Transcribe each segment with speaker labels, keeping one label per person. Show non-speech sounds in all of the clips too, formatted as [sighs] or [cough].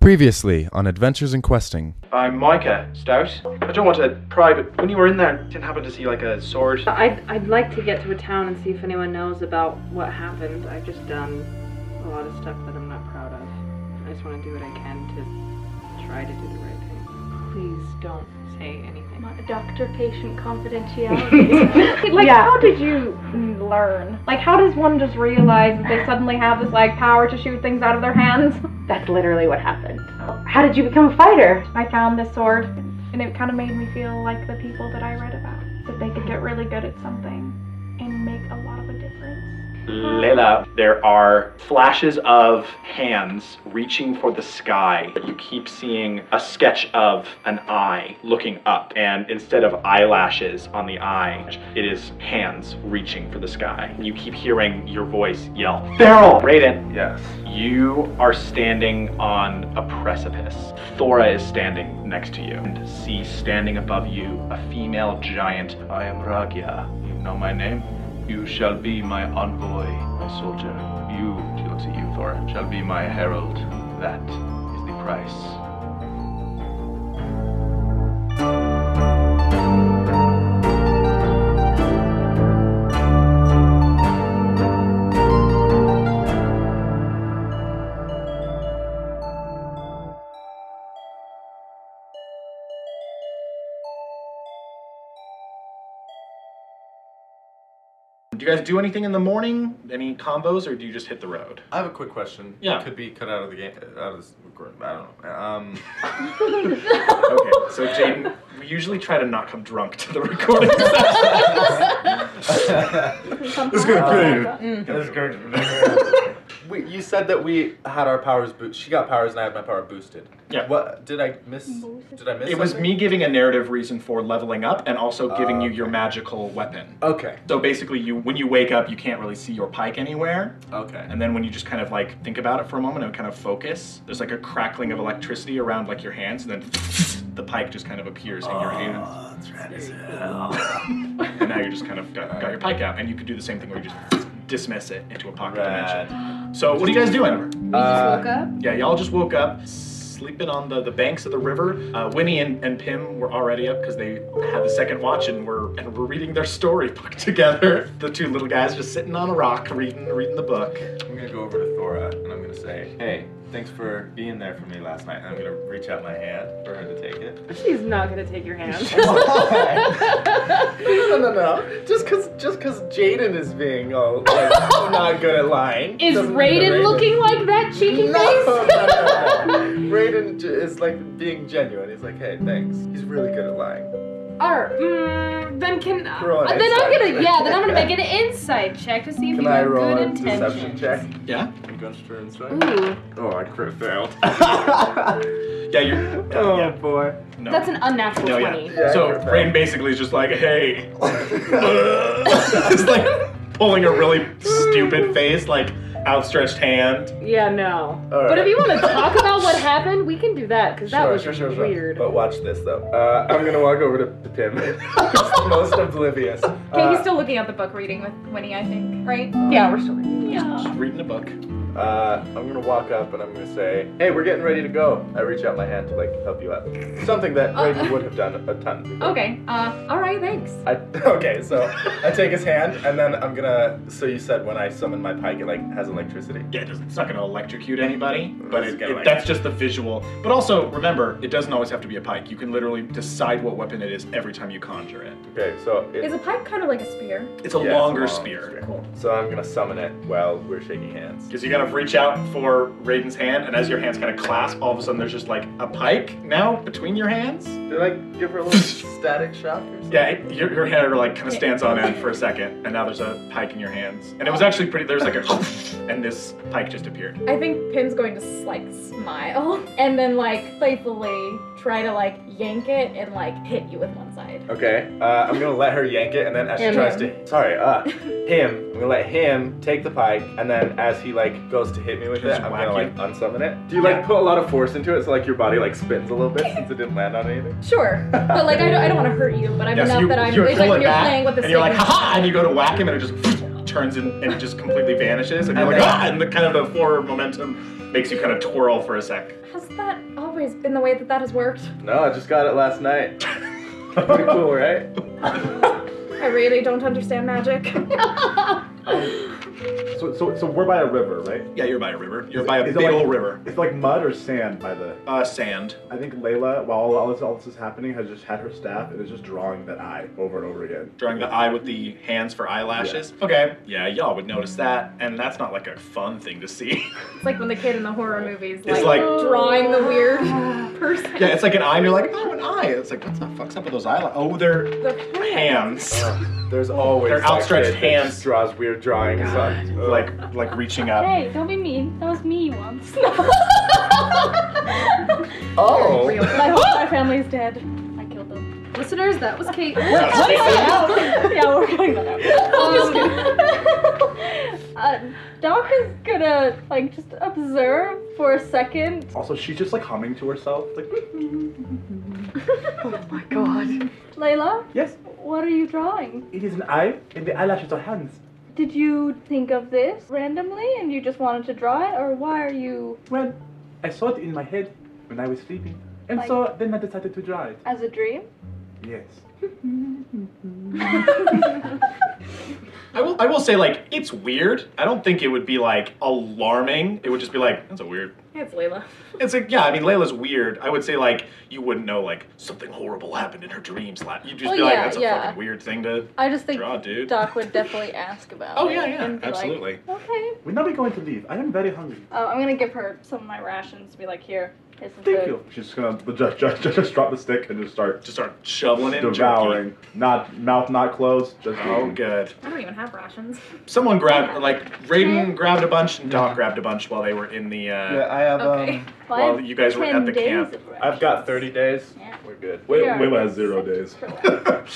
Speaker 1: Previously on Adventures in Questing.
Speaker 2: I'm Micah Stout. I don't want to pry, but when you were in there, didn't happen to see like a sword.
Speaker 3: I'd, I'd like to get to a town and see if anyone knows about what happened. I've just done a lot of stuff that I'm not proud of. I just want to do what I can to try to do the right thing. Please don't say anything.
Speaker 4: Doctor patient confidentiality.
Speaker 5: like,
Speaker 4: like,
Speaker 5: how
Speaker 4: how did you learn? Like, how does one just realize that they suddenly have this, like, power to shoot things out of their hands? [laughs]
Speaker 5: That's literally what happened. How did you become a fighter?
Speaker 4: I found this sword, and it kind of made me feel like the people that I read about. That they could get really good at something and make a lot of a difference.
Speaker 2: Lela, there are flashes of hands reaching for the sky. You keep seeing a sketch of an eye looking up, and instead of eyelashes on the eye, it is hands reaching for the sky. You keep hearing your voice yell, Feral! Raiden! Yes. You are standing on a precipice. Thora is standing next to you, and see standing above you a female giant. I am Ragia. You know my name? You shall be my envoy, my soldier. You, she looks at you, Thor, shall be my herald. That is the price. Do you guys do anything in the morning? Any combos, or do you just hit the road?
Speaker 6: I have a quick question.
Speaker 2: Yeah.
Speaker 6: It could be cut out of the game. Out of this, record- I don't know.
Speaker 2: [laughs]
Speaker 6: Um, [laughs]
Speaker 2: okay, so Jaden, we usually try to not come drunk to the recording. [laughs]
Speaker 6: this is good. This is
Speaker 2: [laughs]
Speaker 6: good. Wait, you said that we had our powers boosted. She got powers, and I had my power boosted.
Speaker 2: Yeah.
Speaker 6: What did I miss? Did I miss?
Speaker 2: it was
Speaker 6: something?
Speaker 2: me giving a narrative reason for leveling up and also giving you your
Speaker 6: Okay.
Speaker 2: magical weapon.
Speaker 6: Okay.
Speaker 2: So basically, you when you wake up, you can't really see your pike anywhere.
Speaker 6: Okay.
Speaker 2: And then when you just kind of like think about it for a moment and kind of focus, there's like a crackling of electricity around like your hands, and then [laughs] the pike just kind of appears in your hand.
Speaker 6: Oh, that's rad as hell.
Speaker 2: [laughs] And now you're just kind of got, got your pike out, and you could do the same thing where you just dismiss it into a pocket dimension.
Speaker 6: Rad.
Speaker 2: So what are you guys doing?
Speaker 6: Uh,
Speaker 2: Yeah, y'all just woke up, sleeping on the, the banks of the river. Uh, Winnie and, and Pim were already up because they had the second watch and were and were reading their storybook [laughs] together. The two little guys just sitting on a rock reading reading the book.
Speaker 6: I'm gonna go over to Thora and I'm gonna say, Hey, thanks for being there for me last night. And I'm gonna reach out my hand for her to take
Speaker 4: [laughs]
Speaker 6: it. [laughs]
Speaker 3: She's not gonna take your hand.
Speaker 6: no, no, no. Just cause, just cause Jaden is being oh, like, not good at lying.
Speaker 5: Is
Speaker 6: doesn't mean that
Speaker 5: Raiden looking like that cheeky
Speaker 6: No, [laughs]
Speaker 5: face?
Speaker 6: no, no, [laughs] no. Raiden j- is like being genuine. He's like, hey, thanks. He's really good at lying.
Speaker 5: Or, mm, then can uh,
Speaker 6: Throw an
Speaker 5: then I'm
Speaker 6: insight
Speaker 5: gonna yeah then I'm gonna
Speaker 6: check.
Speaker 5: make an insight check to see if
Speaker 6: Can
Speaker 5: you
Speaker 6: I
Speaker 5: have
Speaker 6: roll
Speaker 5: good
Speaker 6: a
Speaker 5: intentions.
Speaker 6: deception check?
Speaker 2: Yeah,
Speaker 5: Ooh,
Speaker 6: Oh, I crit failed.
Speaker 2: yeah, you're. yeah,
Speaker 6: [laughs] oh
Speaker 2: yeah.
Speaker 6: [laughs] boy.
Speaker 2: No.
Speaker 5: that's an unnatural
Speaker 2: no,
Speaker 5: twenty.
Speaker 2: yeah.
Speaker 6: Yeah,
Speaker 2: So
Speaker 6: you're fine.
Speaker 2: Rain basically is just like, hey, [laughs] it's like pulling a really stupid face, like outstretched hand.
Speaker 3: Yeah, no.
Speaker 6: All right.
Speaker 5: But if you want to talk about what happened, we can do that because that
Speaker 6: Sure,
Speaker 5: was
Speaker 6: sure, sure, sure.
Speaker 5: weird.
Speaker 6: But watch this though. Uh, I'm gonna walk over to to Pim. [laughs] He's the most oblivious.
Speaker 4: Okay, he's
Speaker 6: Uh,
Speaker 4: still looking at the book reading with Winnie, I think, right?
Speaker 5: Yeah, we're still. Yeah.
Speaker 2: Just reading a book.
Speaker 6: Uh, I'm gonna walk up and I'm gonna say, "Hey, we're getting ready to go." I reach out my hand to like help you out. Something that
Speaker 4: Oh.
Speaker 6: Raiden would have done a ton. before.
Speaker 4: Okay, uh, alright, thanks.
Speaker 6: I, okay, so I take his hand and then I'm gonna. So you said when I summon my pike, it like has electricity.
Speaker 2: Yeah, it doesn't, it's not going to electrocute anybody, but
Speaker 6: It's
Speaker 2: it,
Speaker 6: kinda
Speaker 2: it-
Speaker 6: like-
Speaker 2: that's just the visual. But also, remember, it doesn't always have to be a pike. You can literally decide what weapon it is every time you conjure it.
Speaker 6: Okay, so it,
Speaker 4: Is a pipe kind of like a spear?
Speaker 2: It's a
Speaker 6: yeah, it's
Speaker 2: longer
Speaker 6: long
Speaker 2: spear.
Speaker 6: So I'm gonna summon it while we're shaking hands.
Speaker 2: Because you kind of reach out for Raiden's hand, and as your hands kind of clasp, all of a sudden there's just like a pike now between your hands.
Speaker 6: Did I give her a
Speaker 4: [laughs]
Speaker 6: little static shock or something?
Speaker 2: Yeah, it, your, your hair like kind of stands on end for a second, and now there's a pike in your hands. And it was actually pretty. There's like a, [laughs] and this pike just appeared.
Speaker 4: I think Pim's going to s- like smile [laughs] and then like playfully try to like yank it and like hit you with one side.
Speaker 6: Okay, uh, I'm gonna let her yank it, and then as she
Speaker 3: And
Speaker 6: tries
Speaker 3: him.
Speaker 6: to, sorry, uh, him. I'm gonna let him take the pike, and then as he like goes to hit me with
Speaker 2: Just
Speaker 6: it, I'm
Speaker 2: whack
Speaker 6: gonna
Speaker 2: you.
Speaker 6: like unsummon it. Do you
Speaker 2: Yeah.
Speaker 6: like put a lot of force into it, so like your body like spins a little bit since it didn't land on [laughs] anything?
Speaker 4: Sure, but like I don't, I don't want to hurt you, but I'm
Speaker 2: Yeah, so
Speaker 4: enough
Speaker 2: you,
Speaker 4: that I'm
Speaker 2: you
Speaker 4: it's
Speaker 2: pull
Speaker 4: like when
Speaker 2: it
Speaker 4: you're
Speaker 2: back,
Speaker 4: playing with the
Speaker 2: and you're like,
Speaker 4: stick.
Speaker 2: haha, and you go to [laughs] whack him, and it just turns and, and just completely vanishes, and you're like, ah, and the kind of the forward momentum makes you kind of twirl for a sec.
Speaker 4: Has that always been the way that that has worked?
Speaker 7: No, I just got it last
Speaker 6: [laughs]
Speaker 7: night. Pretty cool, right?
Speaker 4: I really don't understand magic. [laughs]
Speaker 8: So, so, so we're by a river, right?
Speaker 2: Yeah, you're by a river. You're by a
Speaker 8: is it
Speaker 2: big
Speaker 8: like-
Speaker 2: old river.
Speaker 8: It's like mud or sand by the.
Speaker 2: Uh, sand.
Speaker 8: I think Layla, while all this, all this is happening, has just had her staff and is just drawing that eye over and over again.
Speaker 2: Drawing the eye with the hands for eyelashes. Okay. Yeah, y'all would notice that, and that's not like a fun thing to see. [laughs]
Speaker 4: it's like when the kid in the horror movies
Speaker 2: It's
Speaker 4: like,
Speaker 2: like-
Speaker 4: drawing the
Speaker 2: [sighs]
Speaker 4: weird person.
Speaker 2: yeah, it's like an eye, and you're like, oh, an eye. It's like, what the fuck's up with those eyelashes? Oh, they're
Speaker 4: The plant.
Speaker 2: hands,
Speaker 7: There's always
Speaker 2: They're
Speaker 7: that
Speaker 2: outstretched
Speaker 7: kid that just
Speaker 2: hands.
Speaker 7: draws weird drawings on
Speaker 2: like, like reaching up.
Speaker 9: Hey, don't be mean. That was me once. [laughs]
Speaker 7: oh.
Speaker 4: Real.
Speaker 9: my whole my family's dead. I killed them.
Speaker 4: Listeners, that was Kate.
Speaker 9: yeah, we're cutting that out. Um, [laughs] uh, Doc is gonna like just observe for a second.
Speaker 8: [laughs] Also, she's just like humming to herself, like.
Speaker 9: Layla,
Speaker 8: Yes,
Speaker 9: what are you drawing?
Speaker 8: it is an eye, and the eyelashes are hands.
Speaker 9: Did you think of this randomly and you just wanted to draw it, or why are you
Speaker 8: Well, I saw it in my head when I was sleeping, and
Speaker 9: Like-
Speaker 8: so then I decided to draw it.
Speaker 9: as a dream?
Speaker 8: Yes.
Speaker 2: I will, I will say, like, it's weird. I don't think it would be, like, alarming. It would just be like, that's a weird.
Speaker 4: It's Layla.
Speaker 2: It's like, yeah, I mean, Layla's weird. I would say, like, you wouldn't know, like, something horrible happened in her dreams. la- You'd just
Speaker 9: Well,
Speaker 2: be like,
Speaker 9: yeah,
Speaker 2: that's a
Speaker 9: yeah.
Speaker 2: fucking weird thing to
Speaker 9: [laughs] I just think
Speaker 2: draw, dude.
Speaker 9: Doc would definitely ask about.
Speaker 2: Oh,
Speaker 9: it
Speaker 2: yeah, yeah,
Speaker 9: and be like,
Speaker 2: absolutely.
Speaker 9: okay.
Speaker 8: We're now going to leave. I am very hungry.
Speaker 9: Uh, I'm gonna give her some of my rations to be like, here, here's some
Speaker 8: Thank
Speaker 9: food.
Speaker 8: you. She's gonna just, just, just drop the stick and just start
Speaker 2: Just start shoveling in jerky.
Speaker 8: devouring, not mouth not closed, just
Speaker 2: Oh,
Speaker 8: eating.
Speaker 2: good.
Speaker 4: I don't even have rations.
Speaker 2: Someone grabbed, like, Raiden grabbed a bunch and Doc grabbed a bunch while they were in the, uh,
Speaker 7: Yeah, I have.
Speaker 4: Okay.
Speaker 7: Um,
Speaker 9: Well, I
Speaker 2: Well,
Speaker 9: have
Speaker 2: you guys were
Speaker 9: 10
Speaker 2: at the
Speaker 9: days
Speaker 2: camp.
Speaker 9: of
Speaker 7: I've got 30 days.
Speaker 9: Yeah.
Speaker 7: We're good.
Speaker 8: Wait,
Speaker 9: Yeah.
Speaker 8: wait, has zero days.
Speaker 2: [laughs]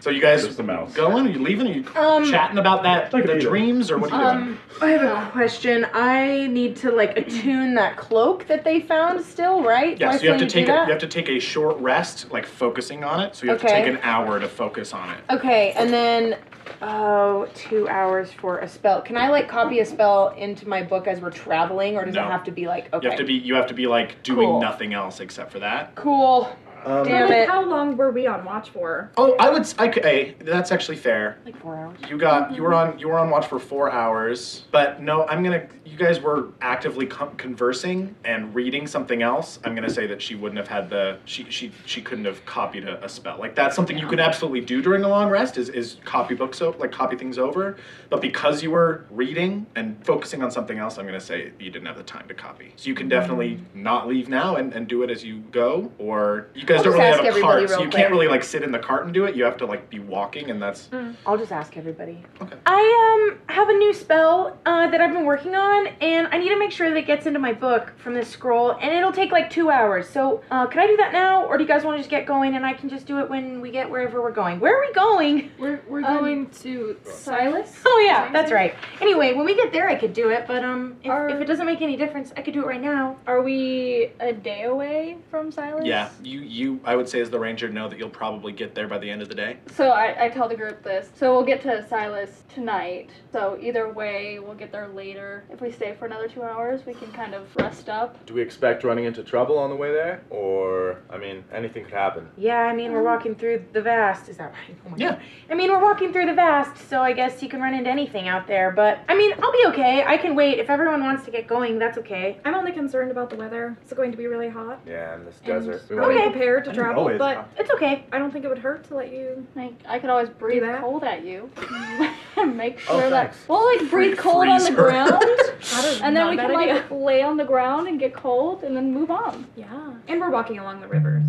Speaker 2: so you guys
Speaker 8: Just the mouse.
Speaker 2: going? Are you leaving? Are you
Speaker 3: Um,
Speaker 2: chatting about that,
Speaker 8: I could
Speaker 2: the
Speaker 8: eat it.
Speaker 2: dreams, or what are you doing?
Speaker 10: Um, I have a question. I need to like attune that cloak that they found still, Oh, right? Do I
Speaker 2: Yes, you have to
Speaker 10: still
Speaker 2: take
Speaker 10: need
Speaker 2: a,
Speaker 10: do
Speaker 2: you
Speaker 10: that?
Speaker 2: have to take a short rest, like focusing on it. So you have
Speaker 10: Okay.
Speaker 2: to take an hour to focus on it.
Speaker 10: Okay, and then oh, two hours for a spell. Can I like copy a spell into my book as we're traveling, or does
Speaker 2: No.
Speaker 10: it have to be like okay?
Speaker 2: You have to be you have to be like doing
Speaker 10: Cool.
Speaker 2: nothing else except for that.
Speaker 10: cool.
Speaker 7: Um,
Speaker 10: Damn
Speaker 4: Like,
Speaker 10: it.
Speaker 4: How long were we on watch for?
Speaker 2: Oh, I would s- I could, hey, that's actually fair.
Speaker 10: Like four hours.
Speaker 2: You got you were on you were on watch for 4 hours, but no, I'm going to you guys were actively con conversing and reading something else. I'm going to say that she wouldn't have had the she she she couldn't have copied a, a spell. Like that's something you could absolutely do during a long rest is is copy books o- like copy things over, but because you were reading and focusing on something else, I'm going to say you didn't have the time to copy. So you can definitely not leave now and, and do it as you go or you guys
Speaker 10: I'll
Speaker 2: don't
Speaker 10: just
Speaker 2: really
Speaker 10: ask
Speaker 2: have a
Speaker 10: everybody
Speaker 2: cart, so
Speaker 10: real
Speaker 2: you
Speaker 10: quick.
Speaker 2: can't really like sit in the cart and do it. You have to like be walking and that's
Speaker 10: I'll just ask everybody.
Speaker 2: Okay.
Speaker 10: I um have a new spell uh, that I've been working on, and I need to make sure that it gets into my book from this scroll, and it'll take like two hours. So, uh, can I do that now, or do you guys want to just get going, and I can just do it when we get wherever we're going? Where are we going? [laughs]
Speaker 4: We're, we're
Speaker 9: Um,
Speaker 4: going to
Speaker 9: Silas?
Speaker 10: Oh yeah, that's right. Anyway, when we get there, I could do it, but um, if,
Speaker 9: Are-
Speaker 10: if it doesn't make any difference, I could do it right now.
Speaker 9: Are we a day away from Silas?
Speaker 2: Yeah, you you I would say as the ranger know that you'll probably get there by the end of the day.
Speaker 9: So I, I tell the group this. So we'll get to Silas tonight. So either way, we'll get there later. If we stay for another two hours, we can kind of rest up.
Speaker 7: do we expect running into trouble on the way there? Or, I mean, anything could happen.
Speaker 10: Yeah, I mean we're walking through the vast. Is that right? Oh my
Speaker 2: Um, Yeah.
Speaker 10: God. I mean we're walking through the vast, so I guess you can run into anything out there. But I mean I'll be okay. I can wait. If everyone wants to get going, that's okay.
Speaker 4: I'm only concerned about the weather. It's going to be really hot.
Speaker 7: Yeah, in this
Speaker 4: And
Speaker 7: desert. We
Speaker 4: I'm
Speaker 7: wanna-
Speaker 10: Okay.
Speaker 4: prepared to
Speaker 8: I didn't
Speaker 4: travel,
Speaker 8: always
Speaker 4: but
Speaker 8: have-
Speaker 10: It's okay.
Speaker 4: I don't think it would hurt to let you.
Speaker 9: Like I could always breathe
Speaker 4: that?
Speaker 9: cold at you [laughs] and make
Speaker 7: Oh,
Speaker 9: sure that
Speaker 7: thanks.
Speaker 9: we'll like
Speaker 2: Free-
Speaker 9: breathe cold on the
Speaker 2: freeze
Speaker 7: [laughs]
Speaker 2: her. [laughs]
Speaker 9: ground,
Speaker 4: That is
Speaker 9: and then
Speaker 4: not
Speaker 9: we
Speaker 4: a bad
Speaker 9: can
Speaker 4: idea.
Speaker 9: like lay on the ground and get cold, and then move on.
Speaker 4: Yeah. And we're walking along the river,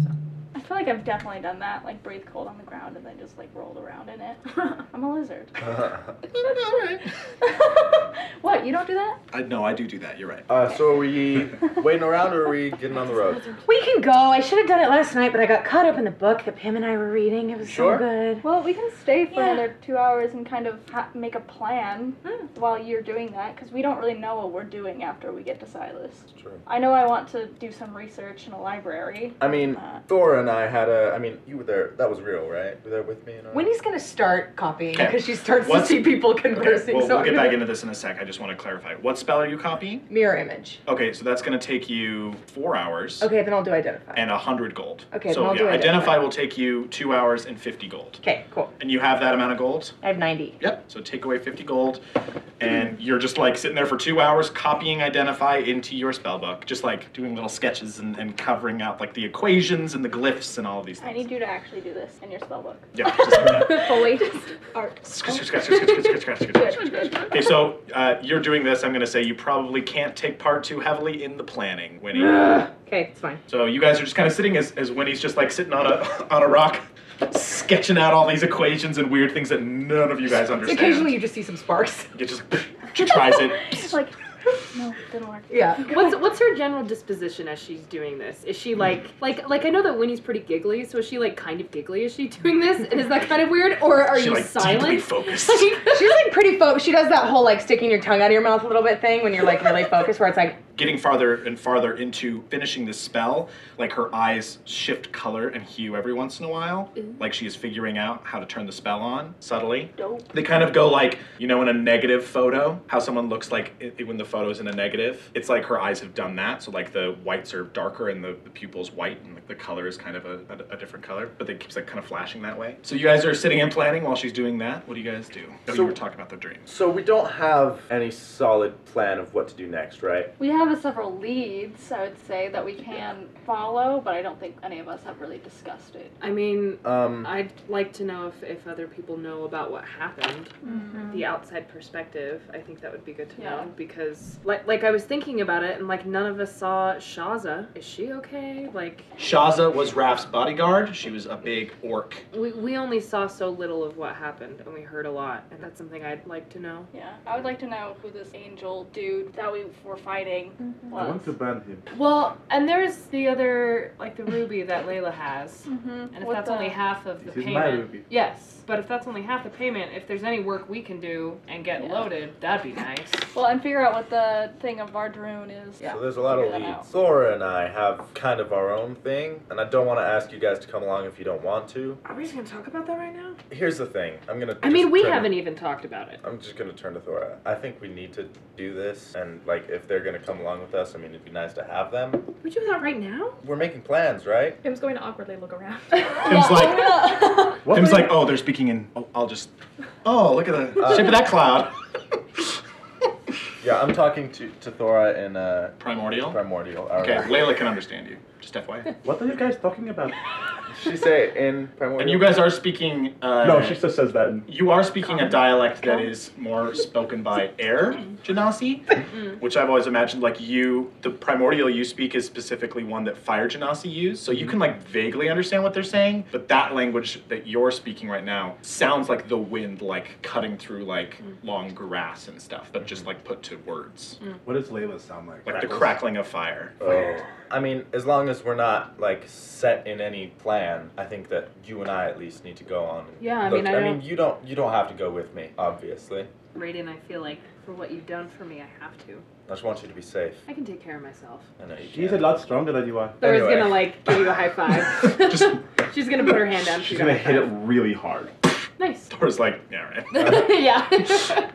Speaker 9: I feel like I've definitely done that. Like breathe cold on the ground and then just like rolled around in it.
Speaker 4: so.
Speaker 9: I'm a lizard.
Speaker 6: [laughs]
Speaker 2: Alright.
Speaker 9: what? You don't do that?
Speaker 2: I no, I do do that, you're right.
Speaker 7: Uh, so are
Speaker 3: [laughs]
Speaker 7: we waiting around or are we getting on the
Speaker 9: [laughs]
Speaker 7: road?
Speaker 10: We can go. I should have done it last night, but I got caught up in the book that Pam and I were reading. It was
Speaker 7: Sure.
Speaker 10: so good.
Speaker 9: Well, we can stay for
Speaker 10: Yeah.
Speaker 9: another two hours and kind of ha- make a plan while you're doing that, because we don't really know what we're doing after we get to Silas.
Speaker 7: True.
Speaker 9: I know I want to do some research in a library.
Speaker 7: I mean,
Speaker 9: Uh,
Speaker 7: Thor and I
Speaker 6: I had a. I mean, you were there. That was real, right? You were there with me and all.
Speaker 10: Wendy's gonna start copying
Speaker 2: Okay.
Speaker 10: because she starts
Speaker 2: What's-
Speaker 10: to see people
Speaker 2: Okay,
Speaker 10: conversing.
Speaker 2: well,
Speaker 10: so
Speaker 2: we'll
Speaker 10: I'm
Speaker 2: get
Speaker 10: gonna-
Speaker 2: back into this in a sec. I just want to clarify. What spell are you copying?
Speaker 10: mirror image.
Speaker 2: Okay, so that's going to take you four hours
Speaker 10: Okay, then I'll do identify.
Speaker 2: and a hundred gold.
Speaker 10: Okay,
Speaker 2: so
Speaker 10: then I'll
Speaker 2: yeah,
Speaker 10: do identify.
Speaker 2: will take you two hours and fifty gold.
Speaker 10: Okay, cool.
Speaker 2: And you have that amount of gold?
Speaker 10: I have 90.
Speaker 2: Yep. So take away 50 gold, and you're just like sitting there for two hours copying Identify into your spell book, just like doing little sketches and, and covering out like the equations and the glyphs and all these
Speaker 9: I
Speaker 2: things.
Speaker 9: need you to actually do this in your spellbook.
Speaker 2: Yeah. just-
Speaker 9: Fully [laughs] art.
Speaker 2: Scratch, scratch, scratch, scratch, scratch, scratch, scratch.
Speaker 9: Good,
Speaker 10: [laughs]
Speaker 9: good.
Speaker 2: Okay, so uh, you're doing this. I'm going to say you probably can't take part too heavily in the planning, Winnie.
Speaker 10: Okay, it's fine.
Speaker 2: So you guys are just kind of sitting as, as Winnie's just like sitting on a [laughs] on a rock, sketching out all these equations and weird things that none of you guys understand.
Speaker 10: Occasionally you just see some sparks.
Speaker 2: It just [laughs] tries it.
Speaker 10: like,
Speaker 9: no, didn't work.
Speaker 10: Yeah.
Speaker 3: What's what's her general disposition as she's doing this? Is she like like like I know that Winnie's pretty giggly, so is she like kind of giggly as she doing this? And is that kind of weird? Or are
Speaker 2: She,
Speaker 3: you
Speaker 2: like, deeply
Speaker 3: silent? [laughs]
Speaker 2: focused.
Speaker 10: She's [laughs] like pretty focused. She does that whole like sticking your tongue out of your mouth a little bit thing when you're like really focused, where it's like,
Speaker 2: getting farther and farther into finishing this spell, like her eyes shift color and hue every once in a while, like she is figuring out how to turn the spell on subtly.
Speaker 9: Dope.
Speaker 2: They kind of go like, you know, in a negative photo, how someone looks like i i- when the photo's in a negative. It's like her eyes have done that. So, like, the whites are darker and the, the pupil's white, and like, the color is kind of a, a, a different color, but they keeps like kind of flashing that way. So, you guys are sitting and planning while she's doing that. What do you guys do?
Speaker 6: So-
Speaker 2: Oh, you were talking about the dream.
Speaker 6: So we don't have any solid plan of what to do next, right?
Speaker 9: We have a several leads, I would say, that we can follow, but I don't think any of us have really discussed it.
Speaker 3: I mean,
Speaker 6: Um,
Speaker 3: I'd like to know if, if other people know about what happened. The outside perspective, I think that would be good to
Speaker 9: Yeah.
Speaker 3: know because, like, like I was thinking about it, and like none of us saw Shaza. Is she okay? Like,
Speaker 2: Shaza was Raph's bodyguard. She was a big orc.
Speaker 3: we, we only saw so little of what happened, and we heard a lot, and that's something I'd like to know.
Speaker 9: Yeah. I would like to know who this angel dude that we were fighting was.
Speaker 8: ban him.
Speaker 3: Well, and there's the other, like the ruby that Layla has.
Speaker 9: Mm-hmm.
Speaker 3: And if that's only half of the
Speaker 8: This is my
Speaker 3: payment,
Speaker 8: ruby.
Speaker 3: yes. But if that's only half the payment, if there's any work we can do and get
Speaker 9: Yeah.
Speaker 3: loaded, that'd be nice.
Speaker 9: Well, and figure out what the thing of Vardroon is. [laughs]
Speaker 6: So there's a lot of
Speaker 9: Figure that out.
Speaker 6: leads. Sora and I have kind of our own thing, and I don't want to ask you guys to come along if you don't want to.
Speaker 3: Are we just gonna talk about that right now?
Speaker 6: Here's the thing. I'm gonna.
Speaker 3: I mean,
Speaker 6: just
Speaker 3: we
Speaker 6: turn-
Speaker 3: haven't even talked about it.
Speaker 6: I'm just gonna turn to Thora. I think we need to do this, and like, if they're gonna come along with us, I mean, it'd be nice to have them.
Speaker 3: We're doing that right now?
Speaker 6: We're making plans, right?
Speaker 4: Pim's going to awkwardly look around.
Speaker 2: Pim's like,
Speaker 6: What
Speaker 2: Tim's
Speaker 6: would-
Speaker 2: like, oh, they're speaking in. Oh, I'll just. Oh, look at the
Speaker 6: Uh,
Speaker 2: shape of that cloud.
Speaker 6: Yeah, I'm talking to to Thora in uh,
Speaker 2: Primordial.
Speaker 6: primordial.
Speaker 2: Okay,
Speaker 6: alright.
Speaker 2: Layla can understand you. Just FYI.
Speaker 8: What are you guys talking about?
Speaker 6: She say in primordial.
Speaker 2: And you guys are speaking. Uh,
Speaker 8: no, she just says that. in-
Speaker 2: You are speaking a dialect that is more spoken by air
Speaker 10: Mm.
Speaker 2: Genasi, which I've always imagined like you, the primordial you speak is specifically one that fire Genasi use. So you can like vaguely understand what they're saying, but that language that you're speaking right now sounds like the wind like cutting through like
Speaker 10: Mm.
Speaker 2: long grass and stuff, but just like put to words.
Speaker 8: What does Layla sound like?
Speaker 2: Like the crackling of fire. [laughs]
Speaker 6: Oh. I mean, as long as we're not like set in any plan, I think that you and I at least need to go on. and
Speaker 3: Yeah, I
Speaker 6: look-
Speaker 3: mean, I
Speaker 6: mean, you don't you don't have to go with me, obviously.
Speaker 3: Raiden, I feel like for what you've done for me, I have to.
Speaker 6: I just want you to be safe.
Speaker 3: I can take care of myself.
Speaker 6: I know you
Speaker 8: She's
Speaker 6: can.
Speaker 8: a lot stronger than you are.
Speaker 3: Thor's
Speaker 6: Anyway.
Speaker 3: gonna like give you a
Speaker 8: [laughs]
Speaker 3: high five.
Speaker 2: Just
Speaker 3: [laughs] She's gonna put her hand down.
Speaker 8: She's gonna hit it really hard.
Speaker 3: [laughs] Nice.
Speaker 2: Thor's like, yeah,
Speaker 10: [laughs]
Speaker 2: right.
Speaker 3: [laughs] yeah.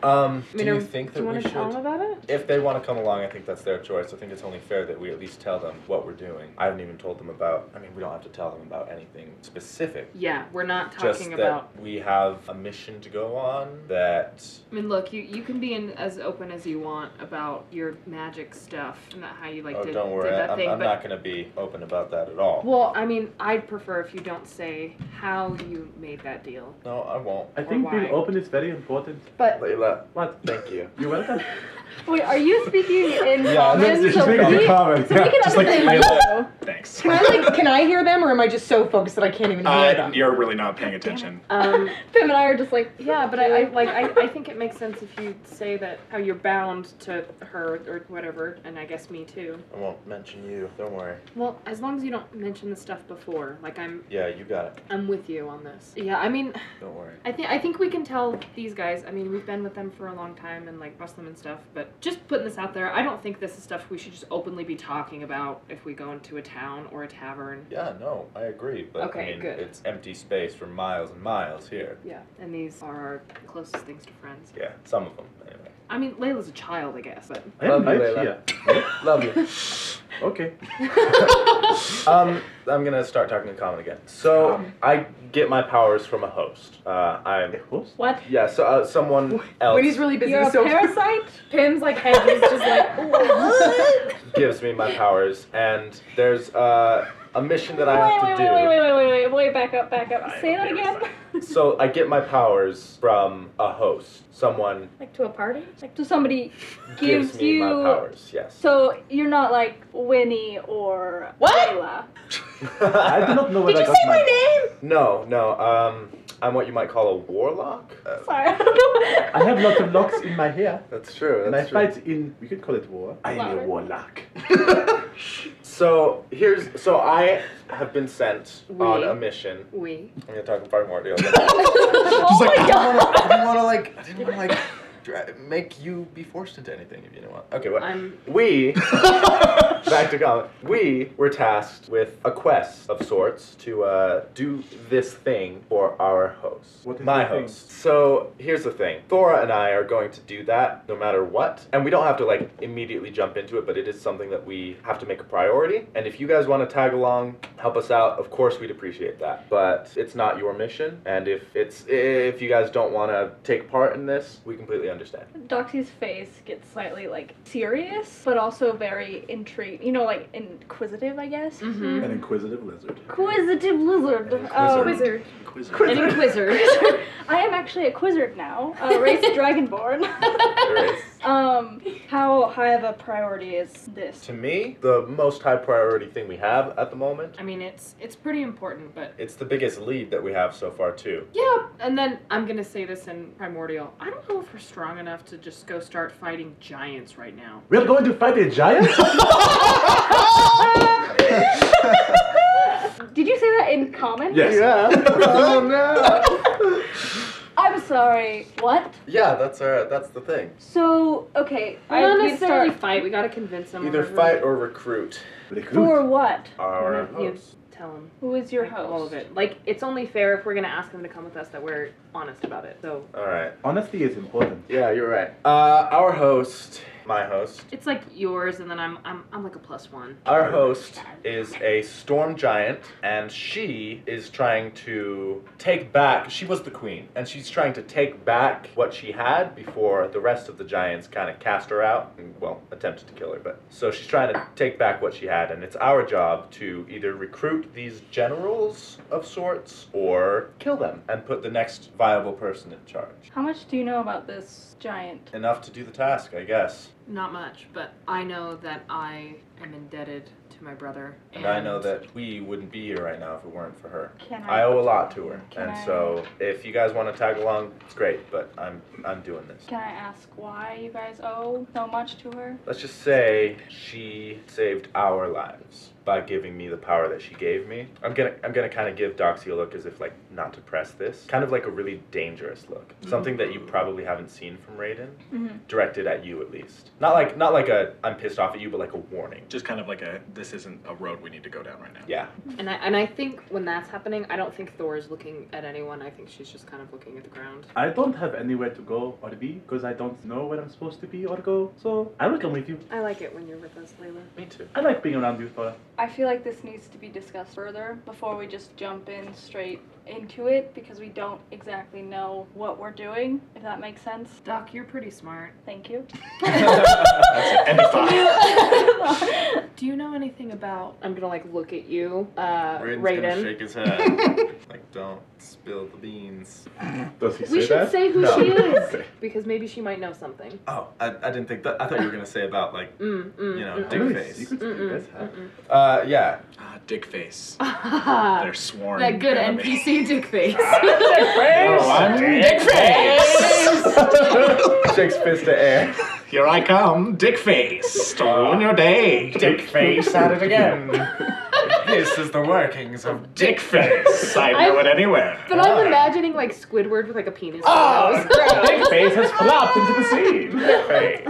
Speaker 6: Um,
Speaker 3: mean,
Speaker 6: do
Speaker 3: are-
Speaker 6: you think
Speaker 3: Do
Speaker 6: that
Speaker 3: you
Speaker 6: we
Speaker 3: want to
Speaker 6: should?
Speaker 3: tell him about it?
Speaker 6: If they want to come along, I think that's their choice. I think it's only fair that we at least tell them what we're doing. I haven't even told them about. I mean, we don't have to tell them about anything specific.
Speaker 3: Yeah, we're not
Speaker 6: Just
Speaker 3: talking
Speaker 6: that
Speaker 3: about.
Speaker 6: we have a mission to go on. That
Speaker 3: I mean, look, you you can be in as open as you want about your magic stuff and that how you like
Speaker 6: oh,
Speaker 3: did,
Speaker 6: don't worry,
Speaker 3: did that
Speaker 6: I'm,
Speaker 3: thing.
Speaker 6: I'm
Speaker 3: but
Speaker 6: not going to be open about that at all.
Speaker 3: well, I mean, I'd prefer if you don't say how you made that deal.
Speaker 6: no, I won't.
Speaker 8: I
Speaker 3: Or
Speaker 8: think
Speaker 3: why?
Speaker 8: being open is very important.
Speaker 9: But
Speaker 6: Layla,
Speaker 8: What?
Speaker 6: thank you.
Speaker 8: [laughs] You're welcome.
Speaker 9: [laughs] wait, are you speaking in
Speaker 6: Yeah, [laughs]
Speaker 9: common?
Speaker 6: that's-
Speaker 9: So we,
Speaker 6: she's
Speaker 9: so we
Speaker 6: making a
Speaker 9: can
Speaker 8: comment.
Speaker 2: Just like
Speaker 9: understand
Speaker 2: Layla.
Speaker 9: you.
Speaker 2: Thanks.
Speaker 10: can I like, can I hear them or am I just so focused that I can't even
Speaker 2: [laughs]
Speaker 10: hear
Speaker 2: Uh,
Speaker 10: them?
Speaker 2: you're really not paying attention.
Speaker 3: Um,
Speaker 9: Pim and I are just like,
Speaker 3: yeah, but I, I like I, I think it makes sense if you say that how you're bound to her or whatever, and I guess me too.
Speaker 6: I won't mention you. Don't worry.
Speaker 3: Well, as long as you don't mention the stuff before, like I'm
Speaker 6: Yeah, you got it.
Speaker 3: I'm with you on this. Yeah, I mean.
Speaker 6: Don't worry.
Speaker 3: I think I think we can tell these guys. I mean, we've been with them for a long time and like Muslim and stuff. But just putting this out there, I don't think this is stuff we should just openly be talking about if we go into a town town or a tavern.
Speaker 6: Yeah, no, I agree. But
Speaker 3: Okay,
Speaker 6: I mean,
Speaker 3: good.
Speaker 6: it's empty space for miles and miles here.
Speaker 3: Yeah, and these are our closest things to friends.
Speaker 6: Yeah, some of them, anyway.
Speaker 3: I mean, Layla's a child, I guess, but.
Speaker 6: Love you, Layla. Love you. Okay. um, I'm gonna start talking in common again. So I get my powers from a host. Uh, I'm
Speaker 9: What?
Speaker 6: Yeah, so uh, someone else
Speaker 11: really
Speaker 9: busy. You're a parasite? Pim's like head is just like,
Speaker 6: gives me my powers, and there's uh, a mission that I
Speaker 9: wait,
Speaker 6: have to
Speaker 9: wait,
Speaker 6: do.
Speaker 9: wait, wait, wait, wait, wait, wait, wait, back up, back up. Say that again.
Speaker 6: So I get my powers from a host. Someone
Speaker 9: [laughs] Like to a party? Like [laughs] to somebody
Speaker 6: gives,
Speaker 9: gives,
Speaker 6: me
Speaker 9: you.
Speaker 6: my powers. Yes.
Speaker 9: So you're not like Winnie or
Speaker 6: [laughs]
Speaker 9: Layla.
Speaker 6: [laughs] I do not know
Speaker 9: Did you say my name?
Speaker 6: No, no. Um, I'm what you might call a warlock. Uh,
Speaker 9: Sorry.
Speaker 8: I have lots of locks in my hair.
Speaker 6: That's true.
Speaker 8: and I
Speaker 6: that's true.
Speaker 8: fight in, we could call it war. I
Speaker 6: am a
Speaker 8: warlock.
Speaker 6: So here's. So I have been sent
Speaker 3: We-
Speaker 6: on a mission.
Speaker 3: [laughs] We.
Speaker 6: I'm gonna talk in far more deal.
Speaker 3: oh
Speaker 6: like,
Speaker 3: my god!
Speaker 6: I didn't want to like. I didn't want to like. dra- Make you be forced into anything if you don't want. Okay, what?
Speaker 3: I'm.
Speaker 6: We [laughs] back to Colin. We were tasked with a quest of sorts to uh, do this thing for our host,
Speaker 8: What is
Speaker 6: my
Speaker 8: the thing?
Speaker 6: host. So here's the thing: Thora and I are going to do that no matter what, and we don't have to like immediately jump into it, but it is something that we have to make a priority. And if you guys want to tag along, help us out. Of course, we'd appreciate that. But it's not your mission, and if it's if you guys don't want to take part in this, we completely understand.
Speaker 9: Doxy's face gets slightly like serious, but also very intrigued. You know, like inquisitive, I guess.
Speaker 3: Mm. Mm-hmm.
Speaker 8: An inquisitive lizard.
Speaker 9: Inquisitive lizard. Um,
Speaker 4: Wizard.
Speaker 3: [laughs]
Speaker 9: An inquisitor. I am actually a quizzard now, uh, race dragonborn. [laughs] um, how high of a priority is this?
Speaker 6: To me, the most high priority thing we have at the moment,
Speaker 3: I mean, it's it's pretty important, but
Speaker 6: it's the biggest lead that we have so far too.
Speaker 3: Yeah, and then I'm gonna say this in primordial. I don't know if we're strong enough to just go start fighting giants right now.
Speaker 8: We're going to fight a giant?
Speaker 9: Did you say that in common?
Speaker 8: Yes.
Speaker 6: oh
Speaker 8: [laughs]
Speaker 6: no.
Speaker 9: I'm sorry. What?
Speaker 6: [laughs] Yeah, that's our that's the thing.
Speaker 9: So okay,
Speaker 3: We don't
Speaker 9: did
Speaker 3: necessarily
Speaker 9: start-
Speaker 3: fight. We gotta convince them.
Speaker 6: Either fight or recruit
Speaker 9: for what?
Speaker 6: our
Speaker 3: You-
Speaker 6: host.
Speaker 3: Tell them
Speaker 9: Who is your host?
Speaker 3: all of it. Like it's only fair if we're gonna ask them to come with us that we're honest about it. So
Speaker 6: All right.
Speaker 8: Honesty is important.
Speaker 6: Yeah, you're right. Uh, our host, my host,
Speaker 3: it's like yours, and then I'm I'm I'm like a plus one.
Speaker 6: Our host is a storm giant, and she is trying to take back. She was the queen, and she's trying to take back what she had before the rest of the giants kind of cast her out. and, Well, attempted to kill her, but. So she's trying to take back what she had, and it's our job to either recruit these generals of sorts or kill them and put the next viable person in charge.
Speaker 9: How much do you know about this giant?
Speaker 6: Enough to do the task, I guess.
Speaker 3: Not much, but I know that I am indebted to my brother.
Speaker 6: And I know that we wouldn't be here right now if it weren't for her.
Speaker 9: Can I?
Speaker 6: I owe a lot to her,
Speaker 9: Can
Speaker 6: and
Speaker 9: I-
Speaker 6: so if you guys want to tag along, it's great. But I'm I'm doing this.
Speaker 9: Can I ask why you guys owe so much to her?
Speaker 6: Let's just say she saved our lives by giving me the power that she gave me. I'm gonna I'm gonna kind of give Doxy a look as if like not to press this, kind of like a really dangerous look,
Speaker 9: Mm-hmm.
Speaker 6: something that you probably haven't seen from Raiden,
Speaker 9: Mhm.
Speaker 6: directed at you at least. Not like not like a I'm pissed off at you, but like a warning.
Speaker 2: Just kind of like a this isn't a road we need to go down right now.
Speaker 6: Yeah.
Speaker 3: And I and I think when that's happening, I don't think Thor is looking at anyone. I think she's just kind of looking at the ground.
Speaker 8: I don't have anywhere to go or be because I don't know where I'm supposed to be or go, so I will come with you.
Speaker 3: I like it when you're with us, Layla.
Speaker 6: Me
Speaker 9: [laughs]
Speaker 6: too.
Speaker 8: I like being around you, Thora.
Speaker 9: I feel like this needs to be discussed further before we just jump in straight into it because we don't exactly know what we're doing, if that makes sense.
Speaker 3: Doc, you're pretty smart.
Speaker 9: Thank you. [laughs]
Speaker 2: That's it. End of five.
Speaker 3: Do you know anything about? I'm gonna like look at you, uh, Raiden.
Speaker 6: his head.
Speaker 9: [laughs]
Speaker 10: [laughs]
Speaker 6: like don't spill the beans.
Speaker 8: Does he say
Speaker 3: We should
Speaker 8: that?
Speaker 3: say who
Speaker 6: No. [laughs]
Speaker 3: she is
Speaker 8: Okay.
Speaker 3: because maybe she might know something.
Speaker 6: Oh, I, I didn't think that. I thought you were gonna say about like
Speaker 3: Mm, mm,
Speaker 6: You know,
Speaker 3: mm,
Speaker 6: dick
Speaker 8: How many
Speaker 6: face.
Speaker 8: secrets do you guys have?
Speaker 6: Uh, [laughs] yeah.
Speaker 2: Ah, dick face.
Speaker 3: mm. [laughs]
Speaker 2: They're sworn.
Speaker 3: that good
Speaker 2: enemy.
Speaker 6: [laughs]
Speaker 3: NPC dick face.
Speaker 2: Oh, I'm dick face.
Speaker 6: Shakes fist to air.
Speaker 2: [laughs] Here I come, dick face. To ruin your day.
Speaker 6: Dick face at it again. [laughs] this is the workings of.
Speaker 2: Dick face. I know it anywhere.
Speaker 3: But I'm imagining
Speaker 6: Ah,
Speaker 3: [laughs] like Squidward with like a penis.
Speaker 2: Oh, dick face has flopped into the sea. Dick face.